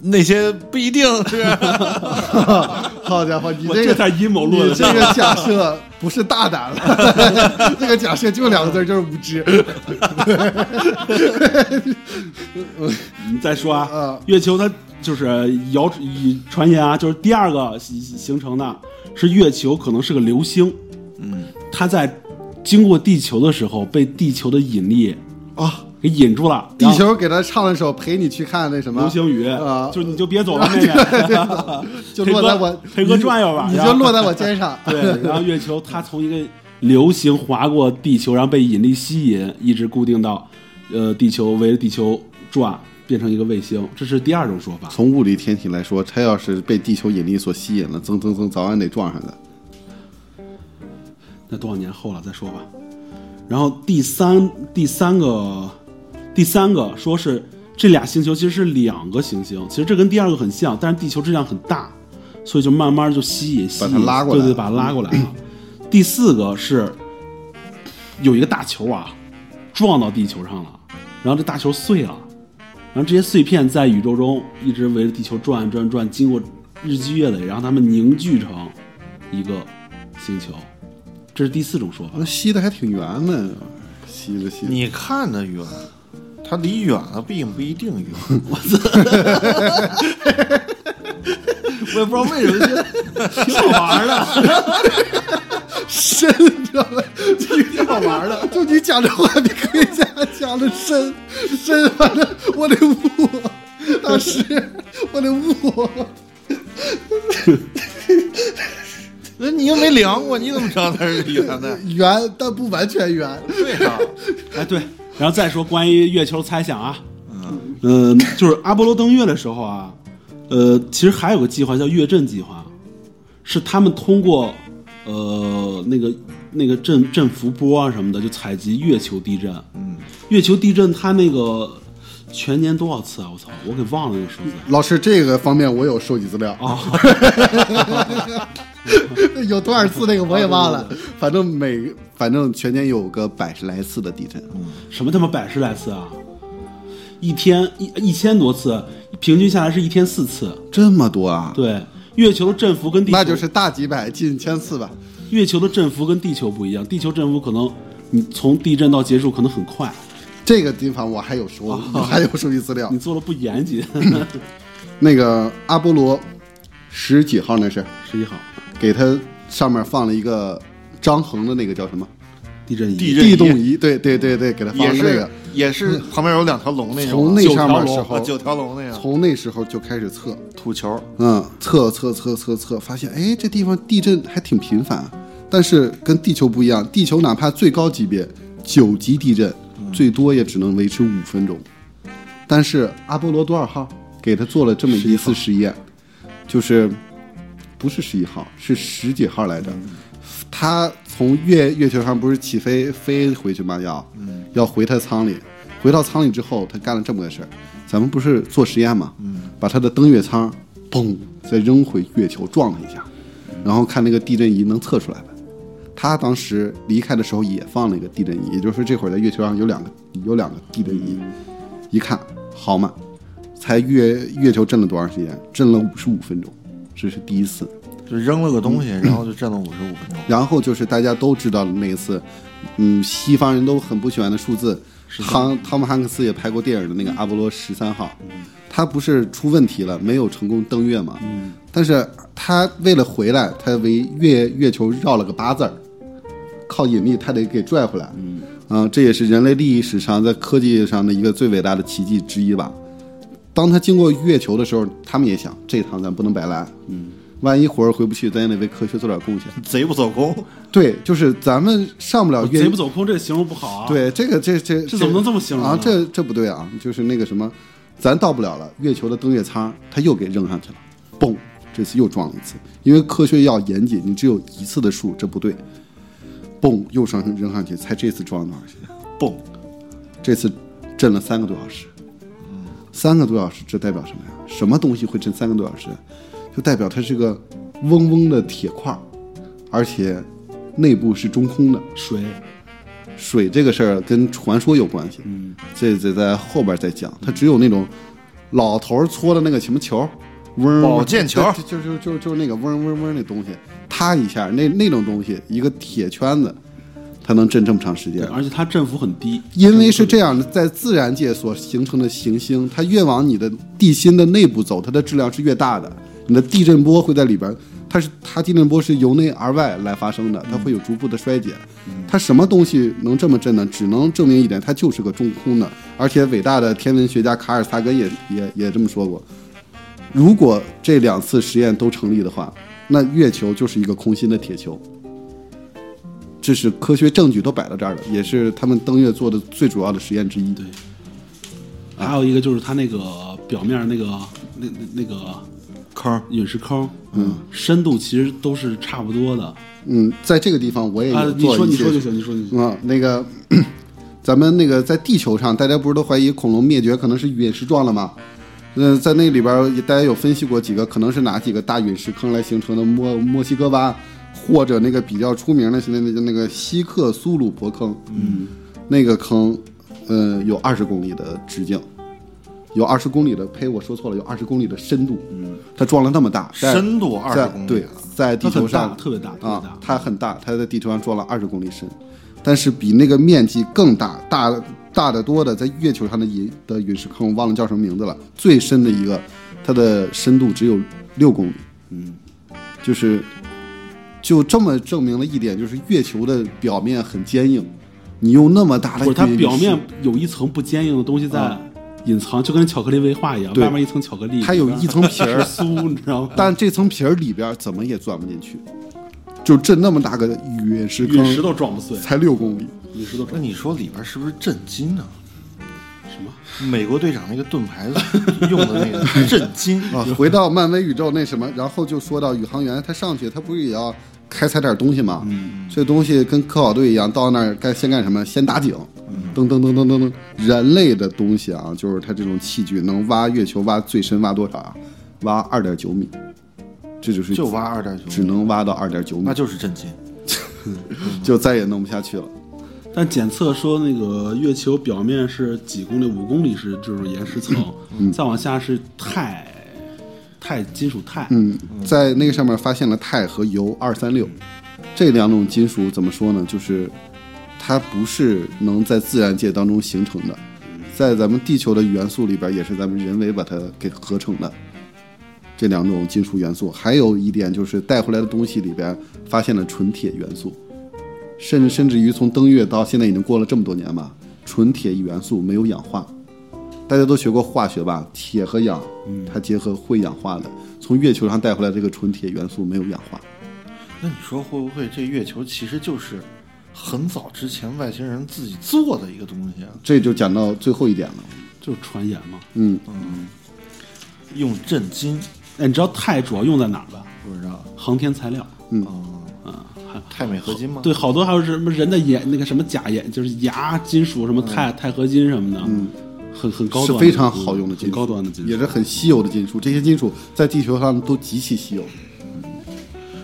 E: 那些不一定是
B: 球体。 好家伙，你
A: 我
B: 这个
A: 才阴谋论
B: 你
A: 了。
B: 这个假设不是大 胆了，这个假设就两个字儿，就是无知。
A: 你再说啊，
B: 嗯
A: 月球它就是谣以传言啊，就是第二个形形成的是月球可能是个流星，
E: 嗯，
A: 它在经过地球的时候被地球的引力
B: 啊！
A: 给引住了，
B: 地
A: 然后
B: 球给他唱了一首《陪你去看那什么》，
A: 流星雨
B: 啊
A: 就你就别走了，妹妹，
B: 就落在我
A: 裴哥转悠吧，
B: 你
A: 然
B: 就
A: 后
B: 落在我肩上。
A: 对，然后月球它从一个流星划过地球，然后被引力吸引，一直固定到呃地球围着地球转，变成一个卫星，这是第二种说法。
B: 从物理天体来说，它要是被地球引力所吸引了，蹭蹭蹭，早晚得撞上的。
A: 那多少年后了再说吧。然后第三第三个第三个说是这俩星球其实是两个行星，其实这跟第二个很像，但是地球质量很大，所以就慢慢就吸引吸
B: 把
A: 引
B: 它拉过来嗯
A: 对对，把它拉过来了。第四个是有一个大球啊撞到地球上了，然后这大球碎了，然后这些碎片在宇宙中一直围着地球转转转，经过日积月累，然后它们凝聚成一个星球。这是第四种说法
B: 那。吸的还挺圆呢，吸着吸着。
E: 你看得远，它离远了并不一定远。
A: 我也不知道为什么，觉得挺好玩的。
B: 深，你知道吗？挺好玩的。就你讲这话比科学家讲的深，深完了我得悟，大师，我得悟。？
E: 那 你又没量过，你怎么知道它是圆的
B: 圆，但不完全圆。
E: 对 啊，
A: 哎，对，然后再说关于月球猜想啊，嗯，就是阿波罗登月的时候啊，呃，其实还有个计划叫月震计划，是他们通过呃那个那个振振幅波啊什么的，就采集月球地震。嗯，月球地震它那个全年多少次啊？我操，我给忘了那个数字。
B: 老师，这个方面我有收集资料
A: 哦
B: 啊。 有多少次那个我也忘
A: 哦
B: 了，反正每反正全年有个百十来次的地震，
A: 什么他妈百十来次啊？一天一一千多次，平均下来是一天四次。
B: 这么多啊？
A: 对，月球的振幅跟地球
B: 那就是大几百近千次吧。
A: 月球的振幅跟地球不一样，地球振幅可能你从地震到结束可能很快，
B: 这个地方我还有收，我还有收集资料
A: 哦你。做了不严谨。
B: 那个阿波罗 十几号那是
A: 十一号
B: 给它上面放了一个张衡的那个叫什么
A: 地震仪，
E: 地震
B: 地动仪？对对对对，给它放
E: 也
B: 了那
E: 是
B: 个。
E: 也 是旁边有两条龙那种啊，
B: 从那上面时
E: 啊
B: 候，
E: 九条
A: 哎
E: 龙那样，
B: 从那时候就开始测，
E: 土球。
B: 嗯，测测测测测，发现哎，这地方地震还挺频繁，啊但是跟地球不一样，地球哪怕最高级别九级地震，最多也只能维持五分钟。但是阿波罗多少号给他做了这么一次实验，就是不是十一号，是十几号来着。他从月月球上不是起飞飞回去吗？要，要回他舱里，回到舱里之后，他干了这么个事儿。咱们不是做实验吗？把他的登月舱嘣再扔回月球撞了一下，然后看那个地震仪能测出来呗。他当时离开的时候也放了一个地震仪，也就是说这会儿在月球上有两个有两个地震仪，一看好嘛，才月月球震了多长时间？震了五十五分钟，这是第一次。
E: 就扔了个东西，然后就站了五十五分钟。
B: 然后就是大家都知道的那一次，嗯，西方人都很不喜欢的嗯数字，汤汤姆汉克斯也拍过电影的那个阿波罗十三号，他不是出问题了，没有成功登月嘛？但是他为了回来，他为月月球绕了个八字儿，靠引力他得给拽回来。嗯，这也是人类历史上在科技上的一个最伟大的奇迹之一吧。当他经过月球的时候，他们也想，这趟咱不能白来。嗯，万一活儿回不去，咱也得为科学做点贡献。
E: 贼不走空，
B: 对，就是咱们上不了月
A: 哦贼不走空，这形容不好啊。，
B: 对，这个这这
A: 这怎么能这么形容
B: 啊
A: 呢？
B: 这这不对啊，就是那个什么，咱到不了了，月球的登月舱它又给扔上去了，嘣，这次又撞了一次，因为科学要严谨，你只有一次的数，这不对，嘣，又上扔上去，猜这次撞了多少时间？
E: 蹦，
B: 这次震了三个多小时，
A: 嗯
B: 三个多小时，这代表什么呀？什么东西会震三个多小时？啊就代表它是个嗡嗡的铁块儿，而且内部是中空的。
A: 水
B: 水这个事儿跟传说有关系，嗯，这得在后边再讲。它只有那种老头儿搓的那个什么球，嗡，
E: 保健球
B: 对就就就就是那个嗡嗡嗡那东西，啪一下，那那种东西，一个铁圈子，它能震这么长时间啊
A: 对，。而且它振幅很低，
B: 因为是这样的，在自然界所形成的行星，它越往你的地心的内部走，它的质量是越大的，你的地震波会在里边儿，它是它地震波是由内而外来发生的，它会有逐步的衰减。它什么东西能这么震呢？只能证明一点，它就是个中空的。而且伟大的天文学家卡尔萨根也也也这么说过，如果这两次实验都成立的话，那月球就是一个空心的铁球。这是科学证据都摆到这儿了，也是他们登月做的最主要的实验之一。对，啊
A: 还有一个就是它那个表面那个那那那个
E: 坑
A: 陨石坑，嗯，深度其实都是差不多的。
B: 嗯，在这个地方我也
A: 啊
B: 有，
A: 你
B: 做
A: 说
B: 一
A: 你
B: 些
A: 说就行，你说你说。
B: 啊、那个咱们那个在地球上，大家不是都怀疑恐龙灭绝可能是陨石撞了吗？嗯，在那里边儿大家有分析过几个，可能是哪几个大陨石坑来形成的墨墨西哥湾，或者那个比较出名的是那那那个西克苏鲁伯坑，嗯，那个坑，呃，有二十公里的直径。有二十公里的，呸，我说错了，有二十公里的深度。嗯，它撞了那么大，在
E: 深度20
B: 在
E: 公里
B: 对
E: 啊，
B: 在地球
A: 它
B: 上
A: 很大特别大特别大
B: 啊，它很大，它在地球上撞了二十公里深，但是比那个面积更大，大大得多的，在月球上的陨的陨石坑，我忘了叫什么名字了，最深的一个，它的深度只有六公里，嗯，就是就这么证明了一点，就是月球的表面很坚硬，你用那么大的
A: 不是，它
B: 陨石
A: 表面有一层不坚硬的东西在
B: 啊
A: 隐藏，就跟巧克力威化一样，
B: 对
A: 外面一层巧克力，
B: 它有 一层皮
A: 皮
B: 儿
A: 儿酥，你知 道吗？
B: 但这层皮儿里边儿怎么也钻不进去，就震那么大个陨石坑，
A: 陨石都撞不碎，
B: 才六公里。
A: 陨石都撞
E: 那你说里边是不是震惊呢？
A: 什么？
E: 美国队长那个盾牌 用的那个震惊
B: 啊，回到漫威宇宙那什么，然后就说到宇航员，他上去他不是也要开采点东西吗？嗯，这东西跟科考队一样，到那儿该先干什么？先打井，
E: 嗯
B: 噔噔噔噔噔噔。人类的东西啊，就是它这种器具能挖月球挖最深挖多少啊？挖二点九米，这就是
E: 就挖二点九，
B: 只能挖到二点九米
E: 那，就是震惊。
B: 就再也弄不下去了。
A: 但检测说那个月球表面是几公里，五公里是就是岩石层，
B: 嗯
A: 再往下是钛，钛金属钛，
B: 嗯，在那个上面发现了钛和铀二三六这两种金属，怎么说呢？就是它不是能在自然界当中形成的，在咱们地球的元素里边，也是咱们人为把它给合成的。这两种金属元素，还有一点就是带回来的东西里边发现了纯铁元素，甚至甚至于从登月到现在已经过了这么多年吧，纯铁元素没有氧化，大家都学过化学吧？铁和氧，
A: 嗯
B: 它结合会氧化的。从月球上带回来这个纯铁元素没有氧化，
E: 那你说会不会这月球其实就是很早之前外星人自己做的一个东西啊？
B: 这就讲到最后一点了。
A: 就是传言嘛。
B: 嗯，
E: 用震惊
A: 哎，你知道钛主要用在哪儿吧？
E: 不知道
A: 航天材料，
B: 嗯哦
A: 嗯
E: 钛镁合金吗？
A: 对，，好多还有什么人的眼那个什么假眼，就是牙金属什么钛钛合金什么的，嗯，很很高端
B: 嗯是
A: 的，嗯
B: 非常好用的金
A: 很
B: 属，
A: 高端的金属
B: 也。是很稀有的金属。这些金属在地球上都极其稀有。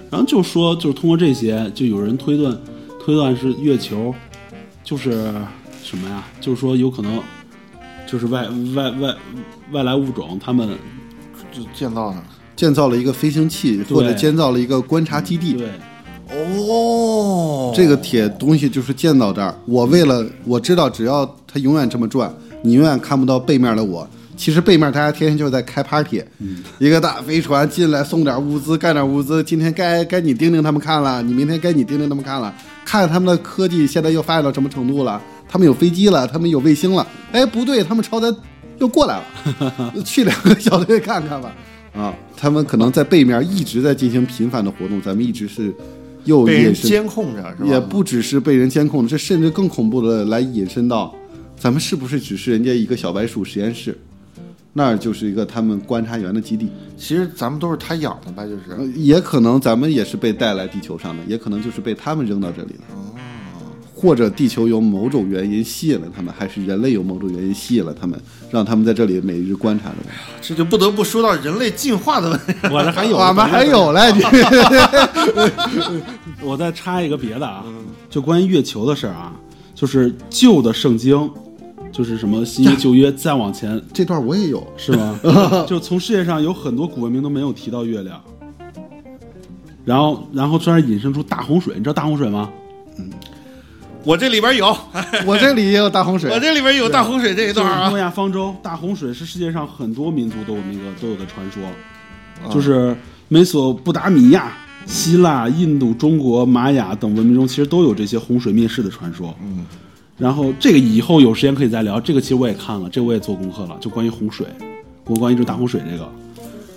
A: 然后就说，就是通过这些，就有人推断，推断是月球，就是什么呀？就是说有可能就是外外外外来物种，他们
E: 就建造的。
B: 建造了一个飞行器，或者建造了一个观察基地。
A: 对
E: 哦，
B: 这个铁东西就是建到这儿。我为了我知道，只要它永远这么转，你永远看不到背面的我。其实背面大家天天就是在开 party，、一个大飞船进来送点物资，干点物资。今天该该你盯盯他们看了，你明天该你盯盯他们看了，看他们的科技现在又发展到什么程度了。他们有飞机了，他们有卫星了。哎，不对，他们朝咱又过来了， 去两个小队看看吧。啊，他们可能在背面一直在进行频繁的活动，咱们一直是又
E: 被人
B: 隐身
E: 监控着是吧？
B: 也不只是被人监控，这甚至更恐怖的来引申到，咱们是不是只是人家一个小白鼠实验室？那儿就是一个他们观察员的基地，
E: 其实咱们都是他养的吧，就是
B: 呃也可能咱们也是被带来地球上的，也可能就是被他们扔到这里的。
A: 哦
B: 或者地球有某种原因吸引了他们，还是人类有某种原因吸引了他们，让他们在这里每日观察着我
E: 这就不得不说到人类进化的问题。
A: 我这还 有，
B: 我们还有嘞，你
A: 我再插一个别的啊，
B: 嗯
A: 就关于月球的事儿啊，就是旧的圣经，就是什么新约旧约，再往前
B: 这段我也有，
A: 是吗？ 就从世界上有很多古文明都没有提到月亮，然后然后突然引申出大洪水，你知道大洪水吗？
E: 我这里边有，
B: 我这里也有大洪水，
E: 我这里边有大洪水这一
A: 就是
E: 段啊
A: 东。亚方舟大洪水是世界上很多民族都有那个都有的传说，
E: 啊
A: 就是美索不达米亚、希腊、印度、中国、玛雅等文明中，其实都有这些洪水灭世的传说。嗯，然后这个以后有时间可以再聊，这个其实我也看了，这个我也做功课了，就关于洪水，我关于这大洪水这个，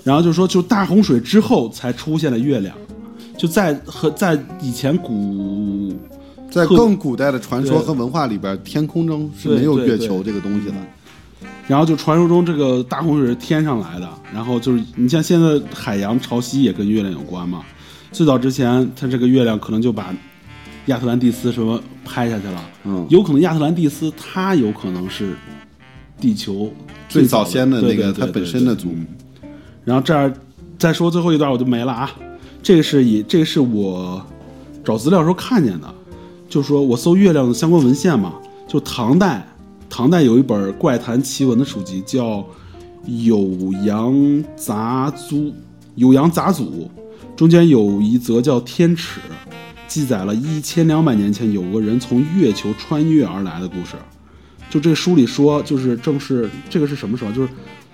A: 然后就说就大洪水之后才出现了月亮，就在和在以前古
B: 在
A: 特
B: 更古代的传说
A: 对
B: 和文化里边，天空中是
A: 对
B: 没有
A: 对
B: 月
A: 对嗯
B: 球这个东西的。
A: 然后就传说中这个大洪水是天上来的，然后就是你像现在海洋潮汐也跟月亮有关嘛。最早之前，它这个月亮可能就把亚特兰蒂斯什么拍下去了，
B: 嗯
A: 有可能亚特兰蒂斯它有可能是地球
B: 最
A: 早
B: 早先的
A: 对
B: 那
A: 对
B: 个
A: 对
B: 它本身
A: 对
B: 的
A: 对
B: 族
A: 嗯然后这儿再说最后一段我就没了啊。这个是以这个是我找资料的时候看见的，就说我搜月亮的相关文献嘛，就唐代唐代有一本怪谈奇闻的书籍叫《酉阳杂租》，《酉阳杂祖》中间有一则叫《天尺》，记载了一千两百年前有个人从月球穿越而来的故事。就这个书里说，就是正是这个是什么时候？就是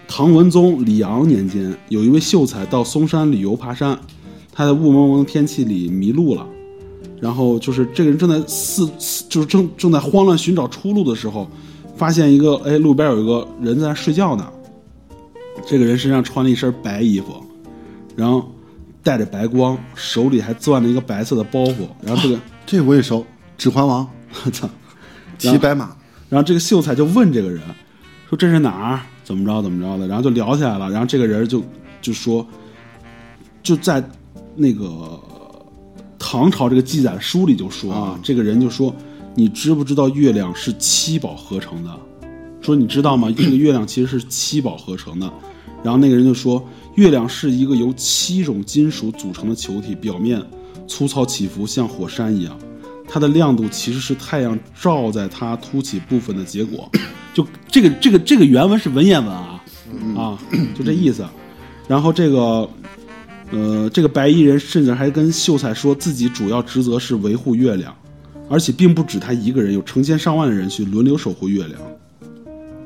A: 唐文宗李昂年间，有一位秀才到嵩山旅游爬山，他在雾蒙蒙天气里迷路了。然后就是这个人正在四，四就是正正在慌乱寻找出路的时候，发现一个哎路边有一个人在那睡觉呢。这个人身上穿了一身白衣服，然后带着白光，手里还攥着一个白色的包袱。然后这个、
B: 这我也熟，《指环王》
A: 我操，
B: 骑白马，
A: 然后这个秀才就问这个人，说这是哪儿？怎么着？怎么着的？然后就聊起来了。然后这个人就就说，就在那个唐朝这个记载书里就说啊，这个人就说，你知不知道月亮是七宝合成的？说你知道吗？这个月亮其实是七宝合成的。然后那个人就说，月亮是一个由七种金属组成的球体，表面粗糙起伏，像火山一样。它的亮度其实是太阳照在它凸起部分的结果。 就这个这个这个原文是文言文啊
B: 嗯
A: 啊，就这意思。然后这个呃，这个白衣人甚至还跟秀才说自己主要职责是维护月亮，而且并不止他一个人，有成千上万的人去轮流守护月亮。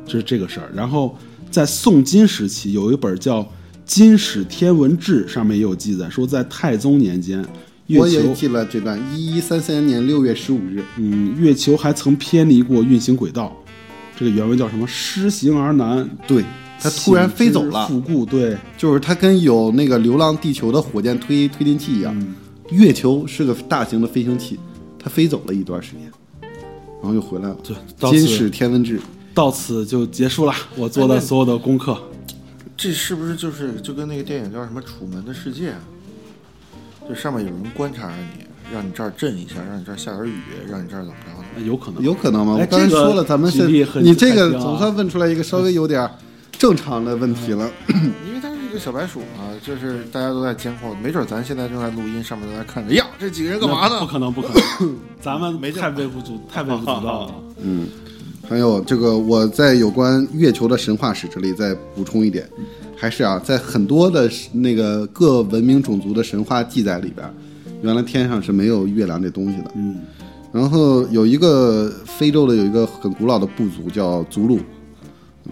A: 这是这个事儿。然后在宋金时期，有一本叫《金史天文志》，上面也有记载，说在太宗年间，月
B: 我也
A: 球
B: 记了这段。一一三三年六月十五日，
A: 嗯，月球还曾偏离过运行轨道，这个原文叫什么？失行而南，
B: 对，它突然飞走了
A: 请，之复固，对，
B: 就是它跟有那个《流浪地球》的火箭推推进器一样，
A: 嗯
B: 月球是个大型的飞行器，它飞走了一段时间，然后又回来了。
A: 对到此
B: 金史天文志，
A: 到此就结束了我做的所有的功课。
E: 这是不是就是就跟那个电影叫什么《楚门的世界》啊？就上面有人观察着你，让你这儿震一下，让你这儿下点雨，让你这儿怎么着的？
A: 哎有可能，
B: 有可能吗？
A: 哎
B: 我刚才
A: 这个
B: 说了，咱们
A: 举
B: 是
A: 例很
B: 你这
A: 还
B: 个
A: 行啊
B: 总算问出来一个稍微有点正常的问题了。嗯
E: 因为它是一个小白鼠嘛，就是大家都在监控，没准咱现在正在录音，上面都在看着，呀，这几个人干嘛
A: 那
E: 呢
A: 不？可能，不可能，咱们
E: 没 劲
A: 太微不足，太微不足道了。
B: 嗯，还有这个，我在有关月球的神话史这里再补充一点，还是啊，在很多的那个各文明种族的神话记载里边，原来天上是没有月亮这东西的。
A: 嗯，
B: 然后有一个非洲的有一个很古老的部族叫祖鲁，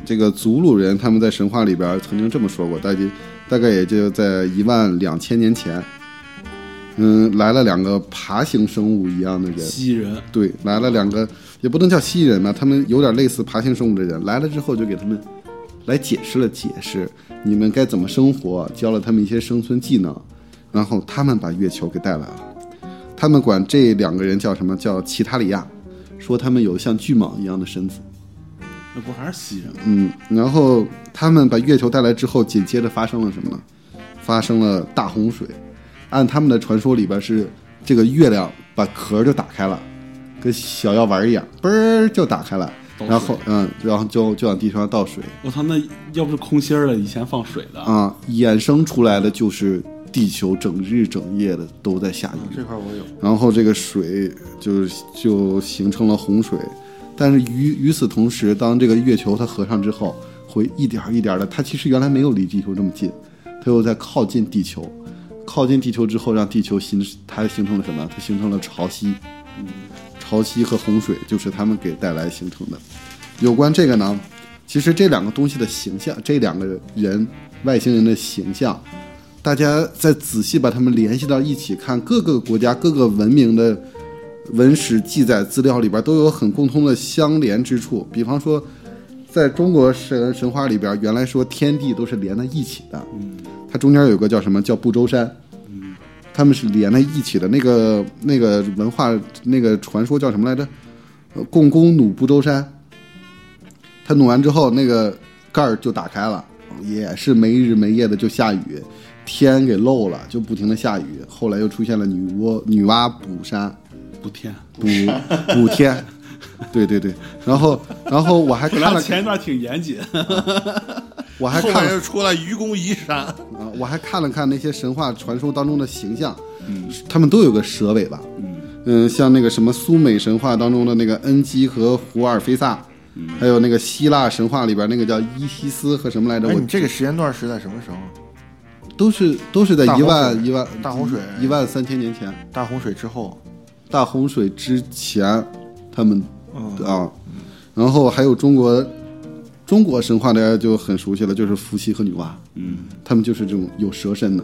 B: 这个祖鲁人他们在神话里边曾经这么说过，大概大概也就在一万两千年前，嗯，来了两个爬行生物一样的人，
A: 蜥蜴人
B: 对，来了两个，也不能叫蜥蜴人吧，他们有点类似爬行生物的人，来了之后就给他们来解释了解释你们该怎么生活，教了他们一些生存技能，然后他们把月球给带来了。他们管这两个人叫什么？叫奇塔里亚，说他们有像巨蟒一样的身子。
A: 那不还是蜥蜴人吗？
B: 嗯，然后他们把月球带来之后，紧接着发生了什么呢？发生了大洪水。按他们的传说里边是这个月亮把壳就打开了，跟小药丸一样，嘣儿就打开了，
A: 倒水
B: 然后嗯，然后就就往地球上倒水
A: 我操，那要不是空心儿的，以前放水的，
B: 啊，衍生出来的就是地球整日整夜的都在下雨。
E: 这块我有，
B: 然后这个水就是就形成了洪水。但是与与此同时，当这个月球它合上之后，会一点儿一点的，它其实原来没有离地球这么近，它又在靠近地球，靠近地球之后，让地球形它形成了什么？它形成了潮汐，嗯，潮汐和洪水就是它们给带来形成的。有关这个呢，其实这两个东西的形象，这两个人外星人的形象，大家再仔细把它们联系到一起看，各个国家、各个文明的文史记载资料里边都有很共通的相连之处。比方说，在中国神神话里边，原来说天地都是连在一起的，它中间有个叫什么叫不周山，他们是连在一起的。那个那个文化那个传说叫什么来着？呃共工弩不周山，他弩完之后，那个盖儿就打开了，也是没日没夜的就下雨。天给漏了，就不停的下雨。后来又出现了女娲女娲补山
A: 补 天。
B: 补补天，对对对。然后然后我还
A: 本
B: 看
A: 来
B: 了，
A: 前一段挺严谨，
B: 我还
F: 后
B: 看
F: 面
B: 了
F: 又出来愚公移山，
B: 啊，我还看了看那些神话传说当中的形象，
F: 嗯
B: 他们都有个蛇尾巴，嗯，像那个什么苏美神话当中的那个恩基和胡尔菲萨，
F: 嗯
B: 还有那个希腊神话里边那个叫伊西斯和什么来着，
E: 哎，
B: 我
E: 你这个时间段是在什么时候？
B: 都是都是在
E: 大
B: 一
E: 洪
B: 万
E: 水
B: 一万
E: 大洪水
B: 一万三千年前。
E: 大洪水之后，
B: 大洪水之前，他们、
E: 嗯
B: 啊，然后还有中国中国神话大家就很熟悉了，就是伏羲和女娲，嗯，他们就是这种有蛇身的，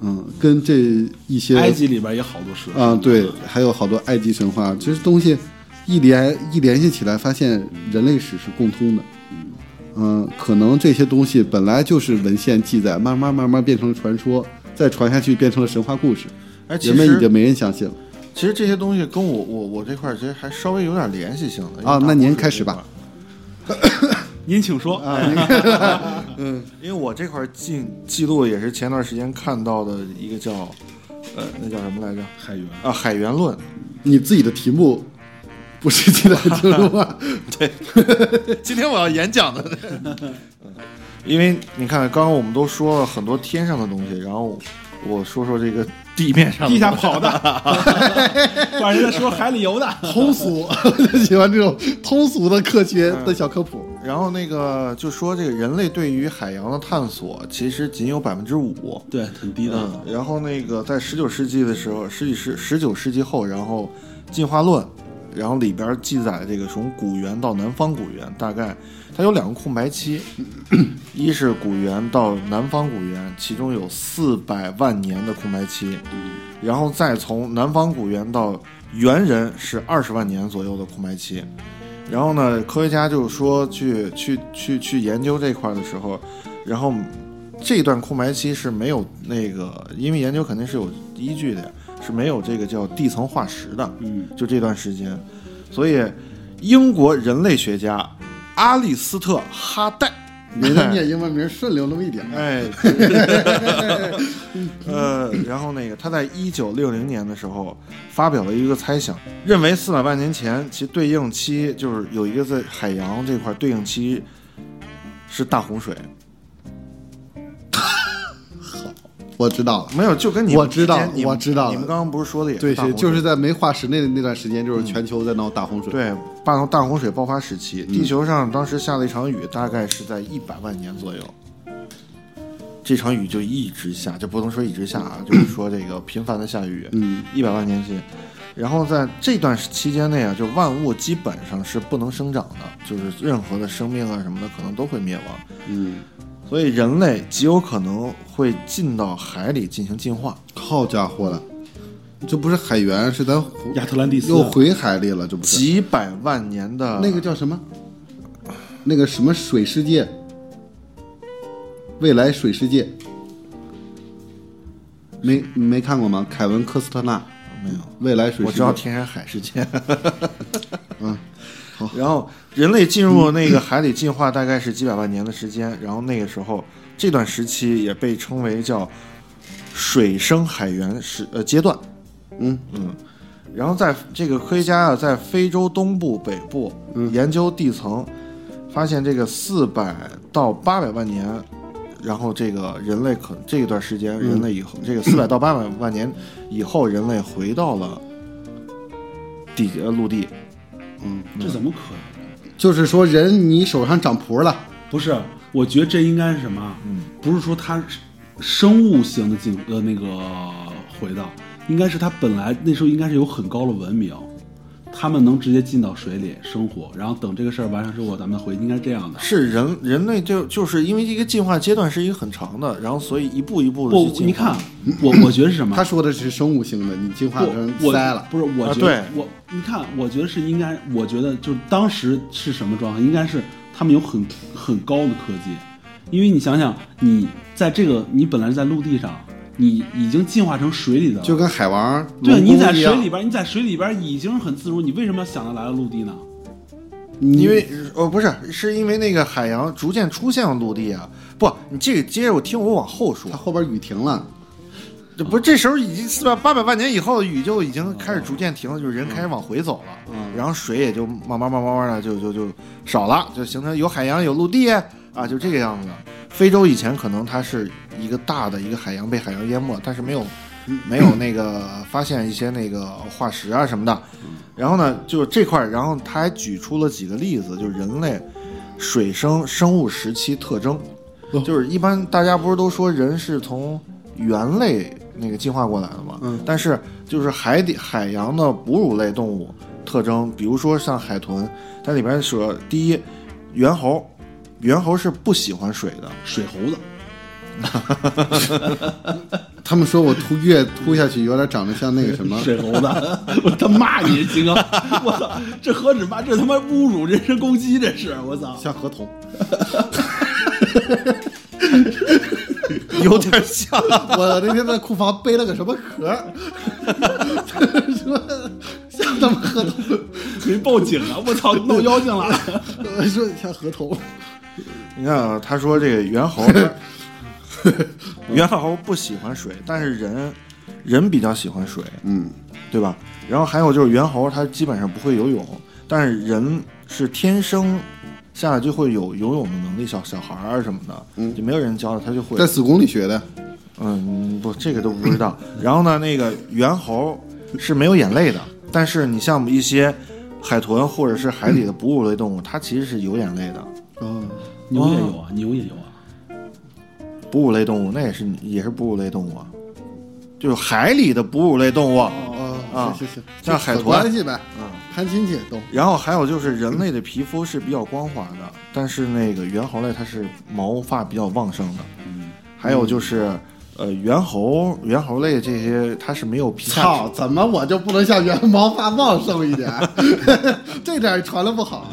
B: 嗯跟这一些
A: 埃及里边也好多蛇
B: 啊，对，还有好多埃及神话，其实东西一联一联系起来，发现人类史是共通的。嗯，可能这些东西本来就是文献记载，慢慢慢慢变成了传说，再传下去变成了神话故事，
E: 哎，其
B: 人们已经
E: 实哎
B: 没人相信了。
E: 其实这些东西跟我我我这块儿其实还稍微有点联系性的
B: 啊那您
E: 因为大洪水
B: 开始吧
E: 这块儿
A: 啊您请说，
F: 嗯
E: 因为我这块儿记记录也是前段时间看到的一个叫，呃，那叫什么来着？
A: 海源，
E: 啊，海源论。
B: 你自己的题目不是进来听了 吗？
F: 今天我要演讲的，
E: 嗯因为你看，刚刚我们都说了很多天上的东西，然后我说说这个地面上的
A: 地下
E: 东西
A: 跑的， 管人家说海里游 的，
B: 通俗，我就 喜欢这种通俗的科学
E: 嗯
B: 的小科普。
E: 然后那个就说这个人类对于海洋的探索其实仅有百分之五。
A: 对，很低
E: 嗯
A: 的，，
E: 然后那个在十九世纪的时候，十几世十九世纪后，然后进化论，然后里边记载这个从古元到南方古元，大概它有两个空白期，一是古元到南方古元，其中有四百万年的空白期，
A: 嗯
E: 然后再从南方古元到猿人是二十万年左右的空白期。然后呢，科学家就说去去去去研究这块儿的时候，然后这段空白期是没有那个，因为研究肯定是有依据的呀，是没有这个叫地层化石的。
A: 嗯，
E: 就这段时间，所以英国人类学家阿利斯特哈代，
B: 人家念英文名顺溜那么一点，
E: 哎，呃，然后那个他在一九六零年的时候发表了一个猜想，认为四百万年前其对应期就是有一个在海洋这块对应期是大洪水，
B: 我知道了。
E: 没有，就跟你
B: 我知道
E: 之前你们
B: 我知道了
E: 你们刚刚不是说的也是
B: 对，
E: 大洪
B: 是
E: 水嗯
B: 就是在没化石那那段时间，就是全球在闹大洪水。，
E: 对大洪大洪水爆发时期，地球上当时下了一场雨，大概是在一百万年左右。这场雨就一直下，就不能说一直下啊，就是说这个频繁的下雨，
B: 嗯，
E: 一百万年间，然后在这段期间内啊，就万物基本上是不能生长的，就是任何的生命啊什么的可能都会灭亡，
B: 嗯，
E: 所以人类极有可能会进到海里进行进化。
B: 好家伙了，这不是海员，是咱湖
A: 亚特兰蒂斯啊
B: 又回海里了，这不是？
E: 几百万年的
B: 那个叫什么？那个什么水世界？未来水世界？没没看过吗？凯文科斯特纳
E: 没有。
B: 未来水
E: 我
B: 世
E: 知道
B: 界。
E: 天山海世 界。嗯，好。然后人类进入那个海里进化大概是几百万年的时间，然后那个时候这段时期也被称为叫水生海员时呃阶段。
B: 嗯
E: 嗯。然后在这个科学家啊，在非洲东部、北部、研究地层，发现这个四百到八百万年，然后这个人类可这一段时间，人类以后、这个四百到八百万年以后，人类回到了地呃陆地，
A: 这怎么可能？
B: 就是说人你手上长蹼了，
A: 不是，我觉得这应该是什么？不是说它生物性的进呃那个回到，应该是它本来那时候应该是有很高的文明，他们能直接进到水里生活，然后等这个事儿完成之后，咱们回，应该是这样的。
E: 是人人类就就是因为一个进化阶段是一个很长的，然后所以一步一步的啊
A: 不
E: 去，进化。
A: 你看，我我觉得是什么？
B: 他说的是生物性的，你进化成
A: 不，我
B: 塞了。
A: 不是，我
E: 啊
A: 觉得、
E: 对
A: 我，你看，我觉得是应该，我觉得就是当时是什么状态？应该是他们有很很高的科技，因为你想想，你在这个你本来是在陆地上，你已经进化成水里的了，
B: 就跟海王
A: 对，啊
B: 龙
A: 你
B: 宫
A: 在
B: 一
A: 水
B: 样
A: 里边，你在水里边已经很自如，你为什么要想着来到陆地呢？
E: 因为呃不是，是因为那个海洋逐渐出现了陆地啊。不，你这个接着我听我往后说
B: 它，后边雨停了，
E: 这不这时候已经四百八百万年以后，雨就已经开始逐渐停了，就是人开始往回走了，然后水也就慢慢慢慢慢的就就就少了，就形成有海洋有陆地啊，就这个样子。非洲以前可能它是一个大的一个海洋被海洋淹没，但是没有没有那个发现一些那个化石啊什么的。然后呢，就这块儿，然后他还举出了几个例子，就是人类水生生物时期特征，就是一般大家不是都说人是从猿类那个进化过来的嘛，嗯，但是就是海底海洋的哺乳类动物特征，比如说像海豚，它里边说第一，猿猴，猿猴是不喜欢水的，
A: 水猴子，
B: 他们说我秃越秃下去有点长得像那个
A: ，
B: 什么
A: 水猴子，我他骂你，金刚， 我操，这何止骂，这他妈侮辱，人身攻击，这是我操，
B: 像河童，
E: 有点像。
B: 我那天在库房背了个什么壳儿， 说像他妈河童，
A: 没报警啊，我 操，闹妖精了。
B: 我 说像河童，
E: 你看啊，他说这个猿猴，猿猴不喜欢水，但是人人比较喜欢水，
B: 嗯，
E: 对吧？然后还有就是猿猴，它基本上不会游泳，但是人是天生下来就会有游泳的能力，小小孩儿什么的，嗯，就没有人教他，他就会
B: 在。子宫里学的，
E: 嗯，不，这个都不知道。然后呢，那个猿猴是没有眼泪的，但是你像一些海豚或者是海底的哺乳类动物，它其实是有眼泪的。
B: 嗯，
A: 牛也 有啊，牛也有啊。
E: 哺乳类动物，那也是也是哺乳类动物啊，就是海里的哺乳类动物。
B: 哦
E: 啊，
B: 行行行，
E: 像海豚
B: 扯关系呗，
E: 嗯，
B: 攀亲戚都，
E: 然后还有就是人类的皮肤是比较光滑的，但是那个猿猴类它是毛发比较旺盛的。还有就是，呃，猿猴猿猴类这些它是没有皮下
B: 操，怎么我就不能像原毛发旺盛一点？啊 这点儿传的不好，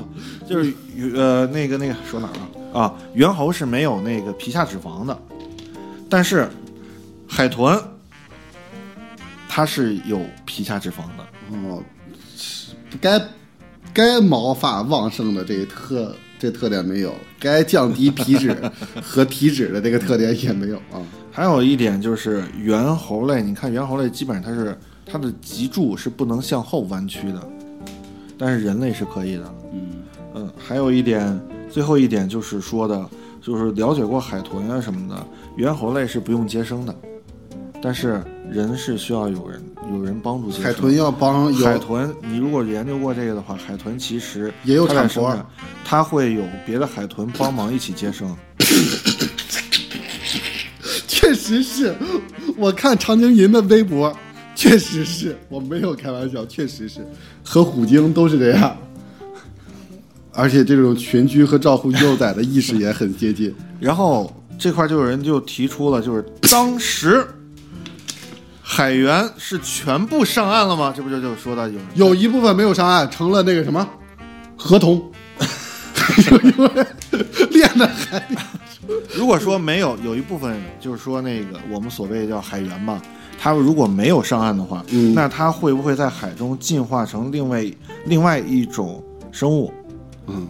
E: 就是呃那个那个说哪儿了啊？猿猴是没有那个皮下脂肪的，但是海豚它是有皮下脂肪的。
B: 哦，该该毛发旺盛的这个特这特点没有，该降低皮脂和体脂的这个特点也没有啊。
E: 还有一点就是猿猴类，你看猿猴类基本上它是它的脊柱是不能向后弯曲的，但是人类是可以的。
A: 嗯，
E: 嗯，还有一点，最后一点就是说的，就是了解过海豚啊什么的，猿猴类是不用接生的，但是人是需要有人有人帮助接受
B: 海豚要帮有
E: 海豚，你如果研究过这个的话，海豚其实
B: 也有
E: 它在
B: 产
E: 生
B: 婆
E: 产，它会有别的海豚帮忙一起接生。
B: 确实是我看长颈银的微博，确实是我没有开玩笑，确实是和虎鲸都是这样，而且这种群居和照顾幼崽的意识也很接近。
E: 然后这块就有人就提出了，就是当时海员是全部上岸了吗？这不就就说到有
B: 有一部分没有上岸，成了那个什么合同， 有一部分练的海里
E: 如果说没有，有一部分就是说那个我们所谓叫海员嘛，他如果没有上岸的话，
B: 嗯
E: 那他会不会在海中进化成另外另外一种生物？
B: 嗯，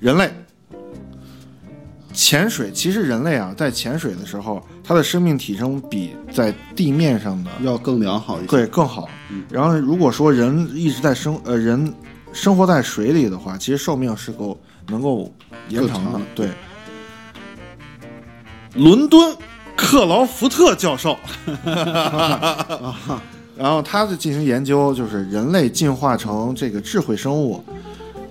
E: 人类。潜水其实人类啊，在潜水的时候，它的生命体征比在地面上的
B: 要更良好一些。
E: 对更好。嗯然后如果说人一直在生呃人生活在水里的话，其实寿命是够能够延长
B: 更
E: 的
B: 长。
E: 对，
F: 伦敦克劳福特教授，
E: 然后他就进行研究，就是人类进化成这个智慧生物，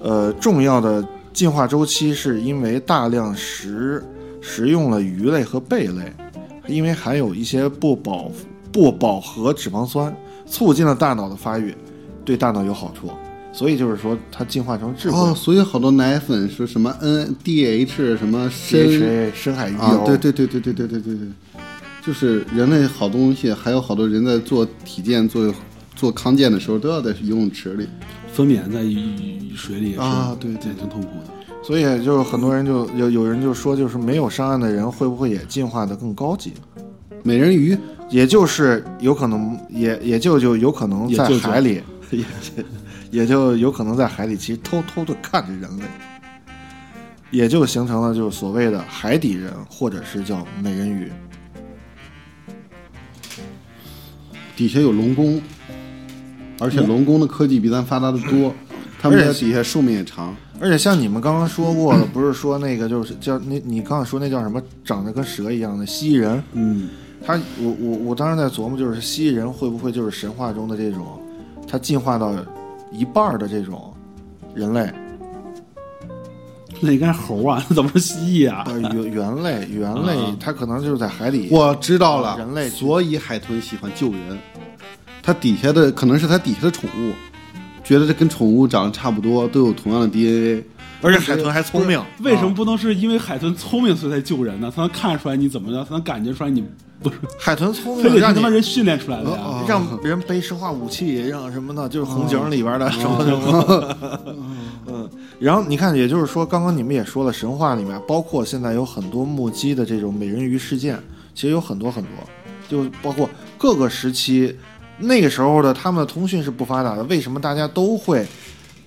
E: 呃，重要的进化周期是因为大量食食用了鱼类和贝类，因为含有一些不饱不饱和脂肪酸，促进了大脑的发育，对大脑有好处。所以就是说，它进化成智慧。
B: 哦，所以好多奶粉说什么 N D H 什么深
E: DHA 深海鱼
B: 啊
E: 油，，
B: 对对对对对对对对对，就是人类好东西，还有好多人在做体健、做做康健的时候都要在游泳池里。
A: 分娩在水里也是
E: 啊对
A: 对，挺痛苦的。
E: 所以就是很多人就有有人就说，就是没有上岸的人会不会也进化的更高级？
B: 美人鱼，
E: 也就是有可能，也也就就有可能在
A: 也就就
E: 海 里，也就也就有可能在海里，其实偷偷的看着人类，也就形成了就是所谓的海底人，或者是叫美人鱼。
B: 底下有龙宫，而且龙宫的科技比咱发达的多，他们
E: 而且
B: 在底下寿命也长。
E: 而且像你们刚刚说过
A: 嗯
E: 的，不是说那个就是叫那你刚刚说那叫什么，长得跟蛇一样的蜥蜴人，
A: 嗯，
E: 他我我我当时在琢磨，就是蜥蜴人会不会就是神话中的这种，他进化到一半儿的这种人类。
A: 那应该是猴啊， 那怎么是蜥蜴啊？
E: 呃，猿猿类，猿
F: 啊
E: 类，它可能就是在海底。
B: 我知道
A: 啊
B: 了，
E: 人类
B: 所以海豚喜欢救人，它底下的可能是它底下的宠物，觉得这跟宠物长得差不多，都有同样的 DNA。
F: 而且海豚还聪明，
A: 为什么不能是因为海豚聪明所以才救人呢？才能看出来你怎么着，才能感觉出来你不是，
E: 海豚聪
A: 非
E: 明，
A: 得是
E: 让
A: 他
E: 你呃
A: 妈人训练出来的呀。
B: 哦哦
E: 让人背生化武器，让什么的，就是红警里边的什么什么。 嗯，然后你看，也就是说，刚刚你们也说了，神话里面包括现在有很多目击的这种美人鱼事件，其实有很多很多，就包括各个时期，那个时候的他们的通讯是不发达的，为什么大家都会？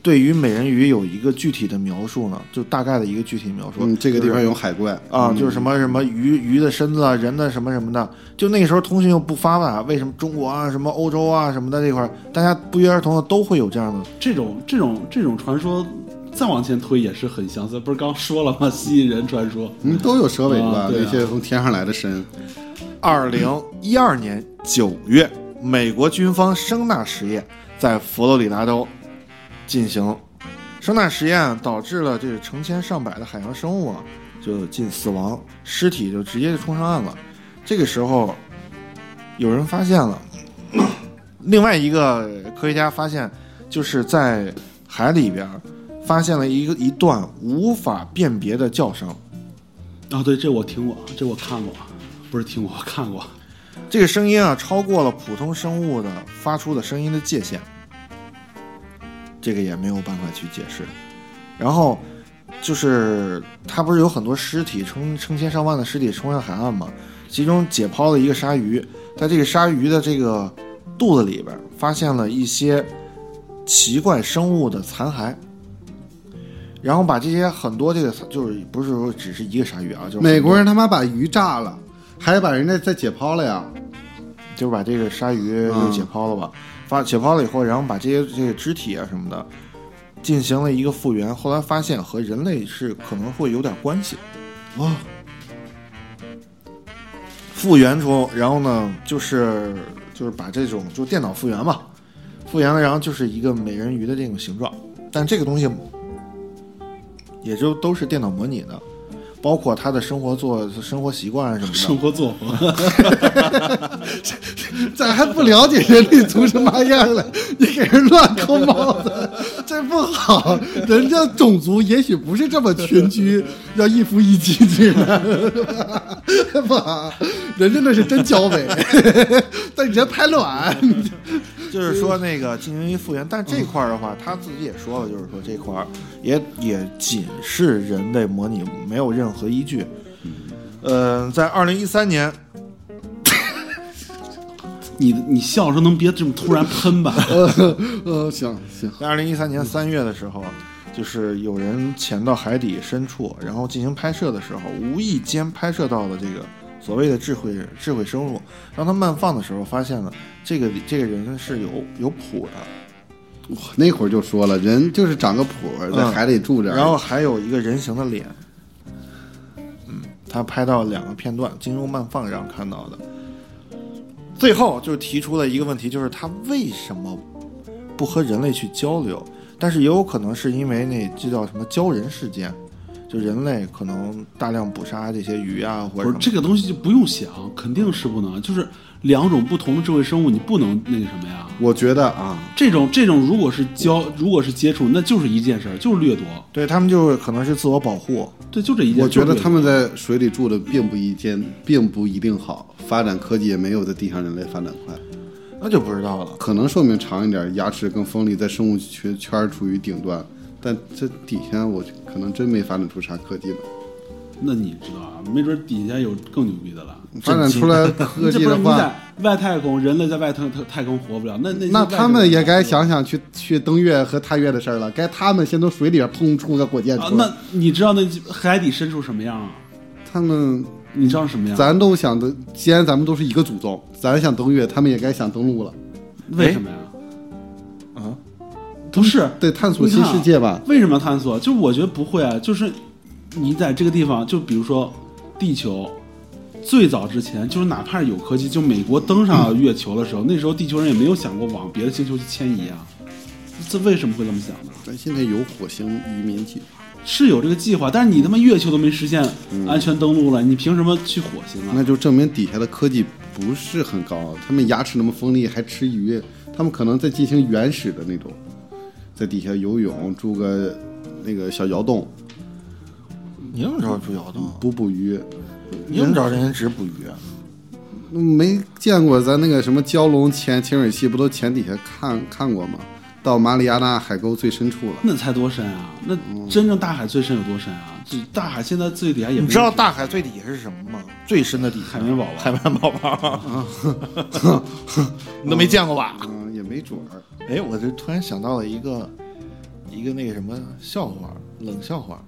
E: 对于美人鱼有一个具体的描述呢，就大概的一个具体描述。
B: 嗯，这个
E: 就是
B: 地方有海怪，
E: 啊，就是什么什么鱼鱼的身子啊，人的什么什么的，就那个时候通讯又不发达，为什么中国啊、什么欧洲啊什么的这块儿，大家不约而同的都会有这样的
A: 这种这种这种传说，再往前推也是很相似。不是刚说了吗？蜥蜴人传说，
B: 嗯，都有蛇尾巴，
A: 啊对啊
B: 那些从天上来的神。
E: 二零一二年九月，美国军方声纳实验在佛罗里达州进行。声纳实验导致了这个成千上百的海洋生物啊，就近死亡，尸体就直接就冲上岸了。这个时候，有人发现了，另外一个科学家发现，就是在海里边儿发现了一个一段无法辨别的叫声。
A: 啊，对，这我听过，这我看过，不是听过，我看过。
E: 这个声音啊，超过了普通生物的发出的声音的界限，这个也没有办法去解释。然后就是它不是有很多尸体成成千上万的尸体冲上海岸嘛？其中解剖了一个鲨鱼，在这个鲨鱼的这个肚子里边发现了一些奇怪生物的残骸。然后把这些很多这个就是不是说只是一个鲨鱼啊，就是很多
B: 美国人他妈把鱼炸了，还把人家再解剖了呀！
E: 就是把这个鲨鱼
B: 嗯
E: 就解剖了吧，发解剖了以后，然后把这些这个肢体啊什么的进行了一个复原，后来发现和人类是可能会有点关系。
B: 哇、
E: 复原出，然后呢，就是就是把这种就是电脑复原嘛，复原了，然后就是一个美人鱼的这种形状，但这个东西也就都是电脑模拟的，包括他的生活做生活习惯啊什么的，
A: 生活作风，
B: 咱还不了解人类族什么样 了，你给人乱扣帽子，这不好。人家种族也许不是这么群 居，要一夫一妻制的， 不好。人家那是真交尾， 但人排 卵，
E: 就是说那个进行一复原，但这块儿的话，他自己也说了，就是说这块儿也也仅是人类模拟，没有任何依据。嗯，在二零一三年，
A: 你你笑的时候能别这么突然喷吧？
B: 呃呃，行行，
E: 在二零一三年三月的时候，啊就是有人潜到海底深处，然后进行拍摄的时候，无意间拍摄到了这个所谓的智慧智慧生物。让他慢放的时候，发现了这个这个人是有有谱的，
B: 我那会儿就说了，人就是长个谱儿，
A: 嗯
B: 在海里住着，
E: 然后还有一个人形的脸。嗯，他拍到两个片段，经由慢放让看到的。最后就提出了一个问题，就是他为什么不和人类去交流？但是也有可能是因为那这叫什么鲛人事件，就人类可能大量捕杀这些鱼啊，
A: 不
E: 或者
A: 是
E: 什么
A: 这个东西就不用想，肯定是不能，就是两种不同的智慧生物，你不能那个什么呀？
B: 我觉得啊，
A: 这种这种如果是交，如果是接触，那就是一件事儿，就是掠夺，
E: 对他们就是可能是自我保护。
A: 对，就这一件事儿。
B: 我觉
A: 就
B: 得
A: 是掠夺
B: 他们在水里住的并不一间，并不一定好，发展科技也没有在地上人类发展快。
E: 那就不知道了，
B: 可能寿命长一点，牙齿跟锋利在生物圈圈儿处于顶端，但这底下我可能真没发展出啥科技了。
A: 那你知道啊，没准底下有更牛逼的了。
B: 发展出来科
A: 这
B: 技
A: 不是
B: 的
A: 你
B: 话
A: 在，外太空，人类在外太太空活不了，那那
B: 那
A: 些
B: 他
A: 外
B: 们
A: 星人
B: 也该想想去去登月和探月的事儿了。该他们先从水里边砰出个火箭
A: 啊，
B: 出来。
A: 那你知道那海底深处什么样啊？
B: 他们，
A: 你知道什么样？
B: 咱都想的，既然咱们都是一个祖宗，咱想登月，他们也该想登陆了，哎
A: 为什么呀？啊，不是
B: 得探索新世界吧？
A: 啊为什么要探索？就我觉得不会啊，就是你在这个地方，就比如说地球。最早之前，就是哪怕是有科技，就美国登上月球的时候，那时候地球人也没有想过往别的星球去迁移啊。这为什么会这么想呢？
B: 咱现在有火星移民计划，
A: 是有这个计划，但是你他妈月球都没实现
E: 嗯
A: 安全登陆了，你凭什么去火星啊？
B: 那就证明底下的科技不是很高，他们牙齿那么锋利，还吃鱼，他们可能在进行原始的那种，在底下游泳，筑个那个小窑洞，
E: 你怎么知道猪窑洞？
B: 捕捕鱼。
A: 嗯
E: 你怎么知道人家只捕鱼啊？
B: 没见过咱那个什么蛟龙潜潜水器，不都潜底下看看过吗？到马里亚纳海沟最深处了，
A: 那才多深啊！那真正大海最深有多深啊？这大海现在最底下也
E: 嗯你
A: 不
E: 知道大海最底下是什么吗？最深的底下
A: 海绵宝宝
E: 海绵宝宝，你都没见过吧？
B: 嗯，也没准儿。
E: 哎，我这突然想到了一个一个那个什么笑话，冷笑话，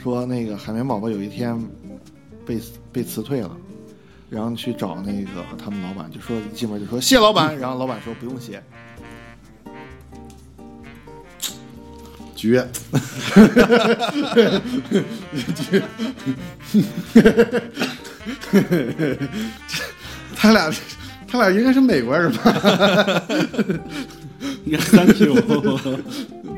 E: 说那个海绵宝宝有一天被被辞退了，然后去找那个他们老板，就说一进门就说谢老板，然后老板说不用谢，
B: 绝， 他俩他俩应该是美国人吧？
A: 应该 Thank you。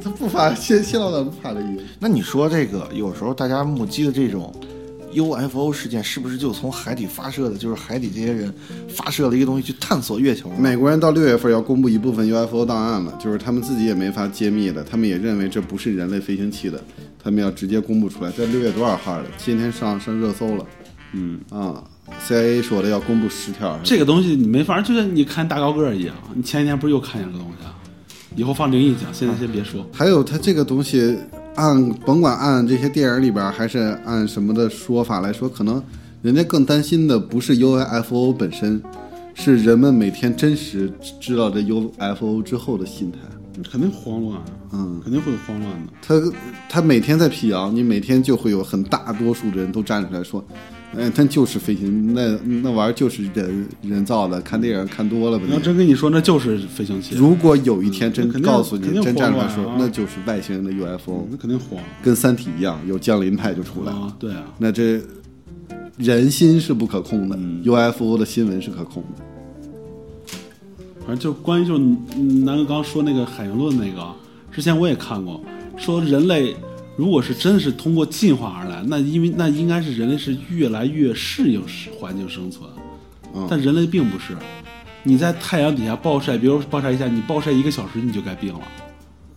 B: 他不发谢谢老板不发这音，
E: 那你说这个有时候大家目击的这种 UFO 事件，是不是就从海底发射的？就是海底这些人发射了一个东西去探索月球呢？
B: 美国人到六月份要公布一部分 UFO 档案了，就是他们自己也没法揭秘的，他们也认为这不是人类飞行器的，他们要直接公布出来。在六月多少号了？今天上上热搜了。嗯啊，CIA 说的要公布十条，
A: 这个东西你没法，就像你看大高个儿一样，你前几天不是又看见了个东西啊？以后放灵异啊讲，现在先别说。
B: 还有它这个东西，按甭管按这些电影里边儿还是按什么的说法来说，可能人家更担心的不是 UFO 本身，是人们每天真实知道这 UFO 之后的心态。
A: 肯定慌乱，
B: 嗯，
A: 肯定会有慌乱的。
B: 他他每天在辟谣，你每天就会有很大多数的人都站出来说，哎，他就是飞行，那那玩意儿就是人人造的，看电影看多了吧
A: 你要
B: 你。
A: 真跟你说，那就是飞行器，
B: 如果有一天真
A: 肯定
B: 告诉你
A: 肯，定
B: 真站出来
A: 慌
B: 说
A: 乱啊，
B: 那就是外星人的 UFO，
A: 那肯定慌哦
B: 哦跟《三体》一样，有降临派就出来了。
A: 啊！对啊，
B: 那这人心是不可控的、
A: 嗯
B: u f o 的新闻是可控的。
A: 反正就关于就嗯南哥刚说那个海洋论那个，之前我也看过，说人类如果是真是通过进化而来，那因为那应该是人类是越来越适应环境生存，
B: 嗯
A: 但人类并不是。你在太阳底下暴晒，比如暴晒一下，你暴晒一个小时你就该病了，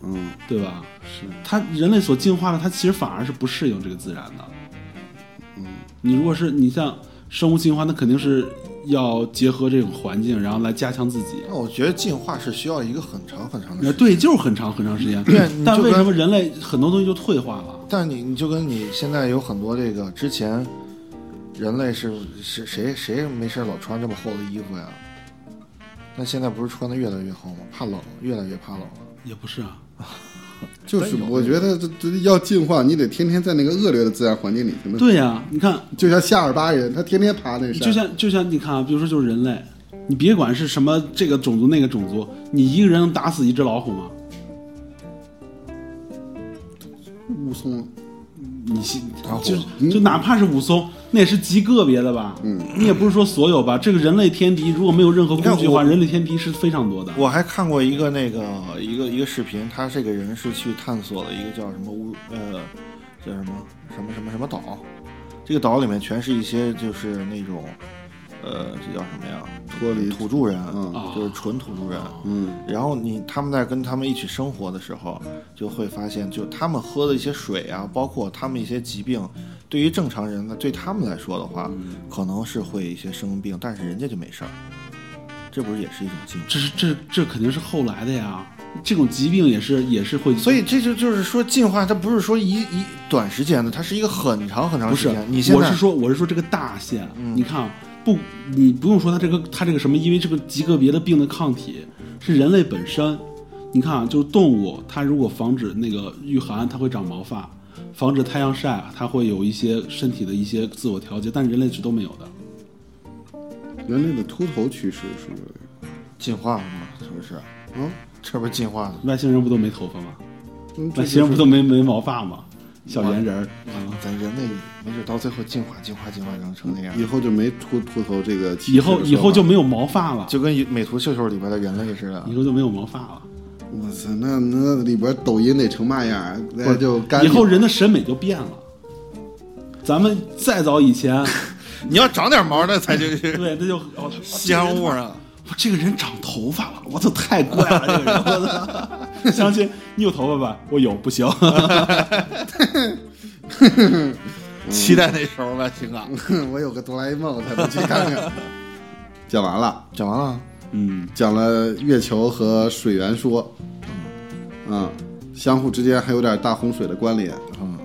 B: 嗯，
A: 对吧？是，它人类所进化的，它其实反而是不适应这个自然的。嗯，你如果是你像生物进化，那肯定是要结合这种环境，然后来加强自己。
E: 那我觉得进化是需要一个很长很长的
A: 呃，
E: 时间。
A: 对，就是很长很长时间。
E: 对你
A: 但
E: 就
A: 为什
E: 跟
A: 么人类很多东西就退化了？
E: 但你你就跟你现在有很多这个之前，人类是是谁谁没事老穿这么厚的衣服呀？那现在不是穿的越来越厚吗？怕冷，越来越怕冷了。
A: 也不是啊，
B: 就是我觉得这这要进化，你得天天在那个恶劣的自然环境里才能。，
A: 对呀、你看，
B: 就像夏尔巴人，他天天爬那山，
A: 就像就像你看啊，比如说就是人类，你别管是什么这个种族那个种族，你一个人能打死一只老虎吗？
B: 雾凇，
A: 你信
E: 打虎
A: 就就哪怕是武松，那也是极个别的吧？嗯，你也不是说所有吧。这个人类天敌如果没有任何
E: 看
A: 工具的话，
E: 我
A: 人类天敌是非常多的。
E: 我还看过一个那个一个一个视频，他这个人是去探索了一个叫什么乌呃叫什么什么什么什么岛，这个岛里面全是一些就是那种呃这叫什么呀？
B: 脱离
E: 土著人，
B: 嗯
E: 就是纯土著人。
B: 嗯，
E: 然后你他们在跟他们一起生活的时候，就会发现，就他们喝的一些水啊，包括他们一些疾病，对于正常人呢，对他们来说的话，
B: 嗯
E: 可能是会一些生病，但是人家就没事儿，这不是也是一种进化？
A: 这是这这肯定是后来的呀，这种疾病也是也是会，
E: 所以这就就是说，进化它不是说一一短时间的，它是一个很长很长
A: 不
E: 时
A: 是
E: 间。，你现
A: 我
E: 在嗯
A: 是说我是说这个大线，你看啊，不，你不用说它这个它这个什么，因为这个极个别的病的抗体是人类本身。你看啊，就是动物，它如果防止那个御寒，它会长毛发；防止太阳晒，它会有一些身体的一些自我调节，但人类是都没有的。
B: 人类的秃头趋势是不是？
E: 进化了嘛，是不是？
B: 嗯，
E: 这不是进化了？
A: 外星人不都没头发吗？
B: 嗯
A: 外星人不都没没毛发吗？小圆人儿啊，
E: 咱人类没准到最后进化、进化、进化，然后成那样
B: 以，后就没秃秃头这个歧视
A: 以
B: 的说
A: 后
B: 法。
A: 以后就没有毛发了，
E: 就跟美图秀秀里边的人类似的。
A: 以后就没有毛发了。
B: 我操，那那里边抖音得成嘛样儿？那就干
A: 以
B: 净
A: 后人的审美就变了。咱们再早以前，
F: 你要长点毛那才就是
A: 对，那就哦，
F: 香雾啊。
A: 我这个人长头发了，我操，太怪了，这个人我操。 相亲，你有头发吧？我有，不行。
F: 期待那时候吧，秦
E: 啊
F: 哥。
B: 我有个哆啦 A 梦，咱们去看看。 讲完了，
E: 讲完了。
A: 嗯，
B: 讲了月球和水源说，嗯，相互之间还有点大洪水的关联，
E: 嗯，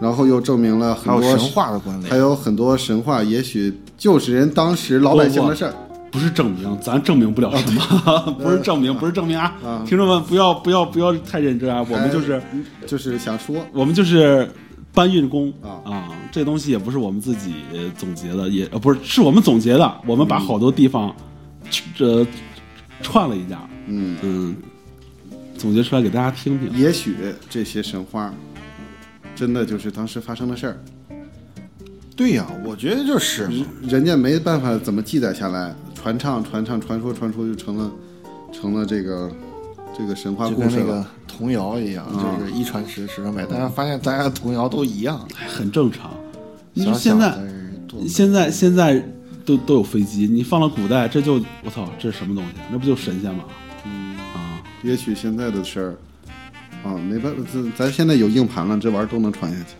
B: 然后又证明了很
E: 还有
B: 多
E: 神，话的关联，
B: 还有很多神话，也许就是人当时老百姓的事儿。
A: 不是证明，咱证明不了什么，不是证明，不是证明啊！听众们，不要不要不要太认真啊！我们就是
B: 还就是想说，
A: 我们就是搬运工
B: 啊
A: 啊，这东西也不是我们自己呃总结的，也呃不是是我们总结的，我们把好多地方这串了一下，
B: 嗯，
A: 嗯，总结出来给大家听听。
B: 也许这些神话嗯真的就是当时发生的事儿，
E: 对呀、我觉得就是嘛
B: 人家没办法怎么记载下来，传唱、传唱、传说、传说就成了成了这个这个神话
E: 就
B: 故
E: 跟
B: 事
E: 那
B: 了
E: 个。童谣一样，就是一传十，十传百。但是发现大家童谣都一样。
A: 很正常。你
E: 小
A: 说现在
E: 小的人多
A: 现在现在都都有飞机，你放到古代，这就我操，这是什么东西？那不就神仙吗？啊，
B: 也许现在的事儿啊，没办法，咱咱现在有硬盘了，这玩意儿都能传下去。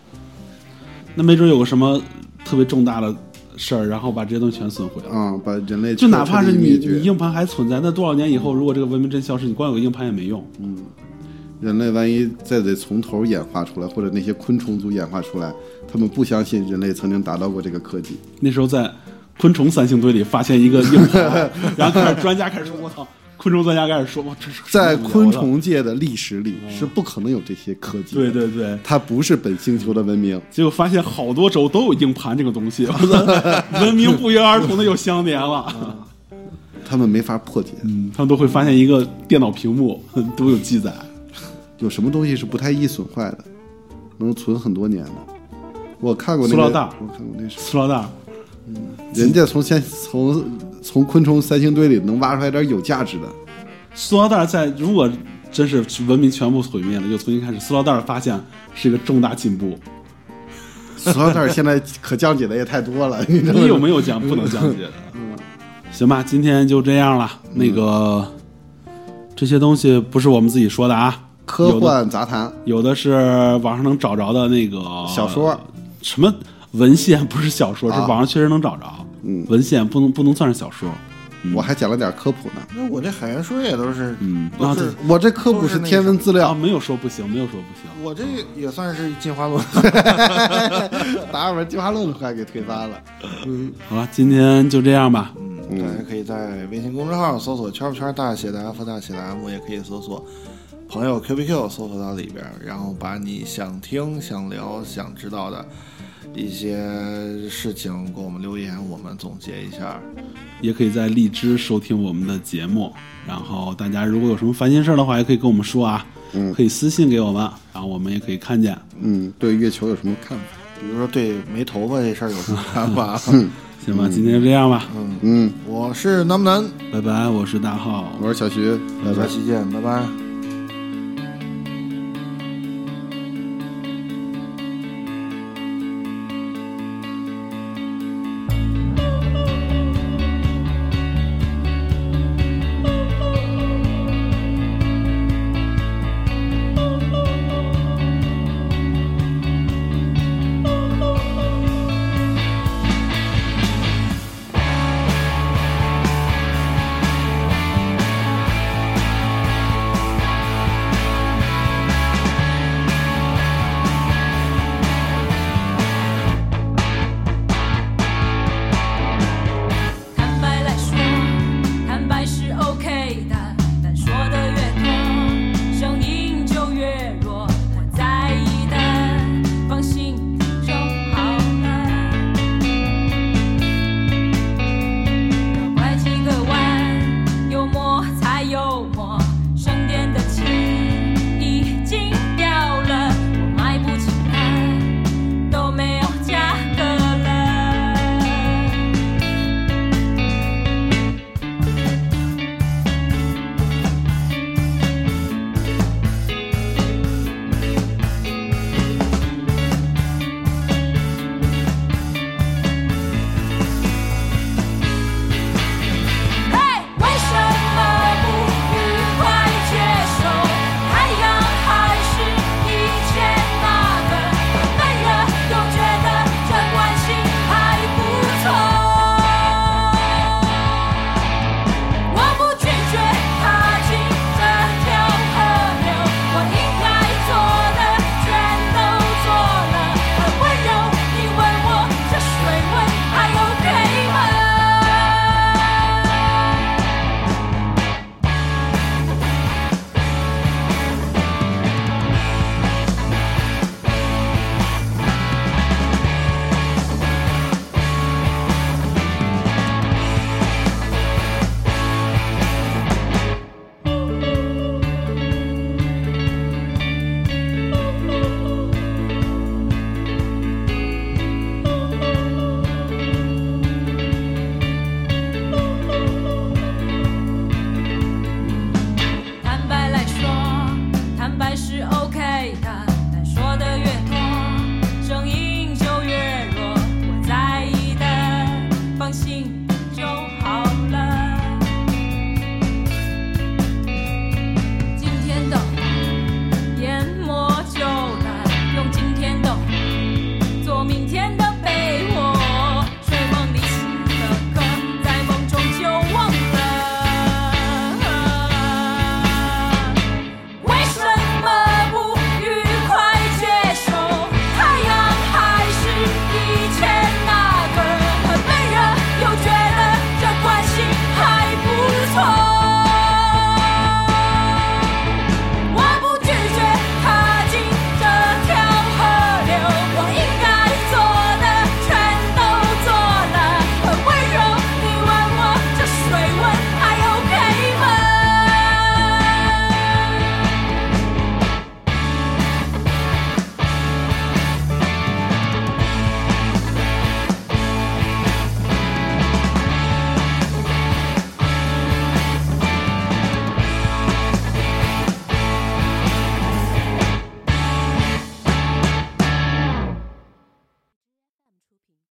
A: 那没准有个什么特别重大的事儿，然后把这些东西全损毁了。
B: 啊、把人类
A: 就哪怕是
B: 彻底
A: 你
B: 灭
A: 你
B: 绝，
A: 硬盘还存在，那多少年以后，如果这个文明真消失，你光有个硬盘也没用。
B: 人类万一再得从头演化出来，或者那些昆虫族演化出来，他们不相信人类曾经达到过这个科技。
A: 那时候在昆虫三星堆里发现一个硬盘，然后开始专家开始说：“我操！”昆虫专家开始说：“哇，这是
B: 在
A: 什么
B: 昆
A: 东西
B: 虫界的历史里是不可能有这些科技。
A: 我操嗯对，对对，
B: 它不是本星球的文明。
A: 结果发现好多州都有硬盘这个东西，我操文明不约而同的又相连了。
B: 他们没法破解，
A: 嗯，他们都会发现一个电脑屏幕都有记载。
B: 有什么东西是不太易损坏的，能存很多年的。我看过那
A: 塑
B: 个，
A: 料袋
B: 我看过那是，
A: 塑料袋，
B: 人家从先从从昆虫三星堆里能挖出来点有价值的，
A: 塑料袋在如果真是文明全部毁灭了，又重新开始，塑料袋发现是一个重大进步。
B: 塑料袋儿现在可降解的也太多了，你知 道吗
A: 你有没有讲不能讲解的？
B: 嗯
A: 行吧，今天就这样了。那个这些东西不是我们自己说的啊，
B: 科
A: 有的
B: 幻杂谈，
A: 有的是网上能找着的那个
B: 小说，
A: 什么文献不是小说，是
B: 啊
A: 网上确实能找着。
B: 嗯
A: 文献不能不能算是小说。
B: 我还讲了点科普呢。
E: 那我这海员说也都是，
A: 嗯
E: 都
A: 啊
E: 是
B: 我这科普
E: 都是
B: 是
E: 那个
B: 天文资
A: 啊，
B: 料，
A: 没有说不行，没有说不行。
E: 我这也算是进化论。
B: 达尔文进化论快给推翻了。
A: 好了，今天就这样吧。
E: 嗯， 大家可以在微信公众号搜索“圈儿不圈儿大写的 F 大写的 M”，也可以搜索朋友 QBQ 搜索到里边儿，然后把你想听、想聊、想知道的一些事情给我们留言，我们总结一下。
A: 也可以在荔枝收听我们的节目。然后大家如果有什么烦心事儿的话，也可以跟我们说啊，可以私信给我们，然后我们也可以看见。
B: 嗯，对月球有什么看法？
E: 比如说对没头发这事儿有什么看法？
A: 行吧，今天就这样吧，
B: 嗯，
E: 我是南不南，
A: 拜拜，我是大浩，
B: 我是小徐，
E: 下期见，拜拜。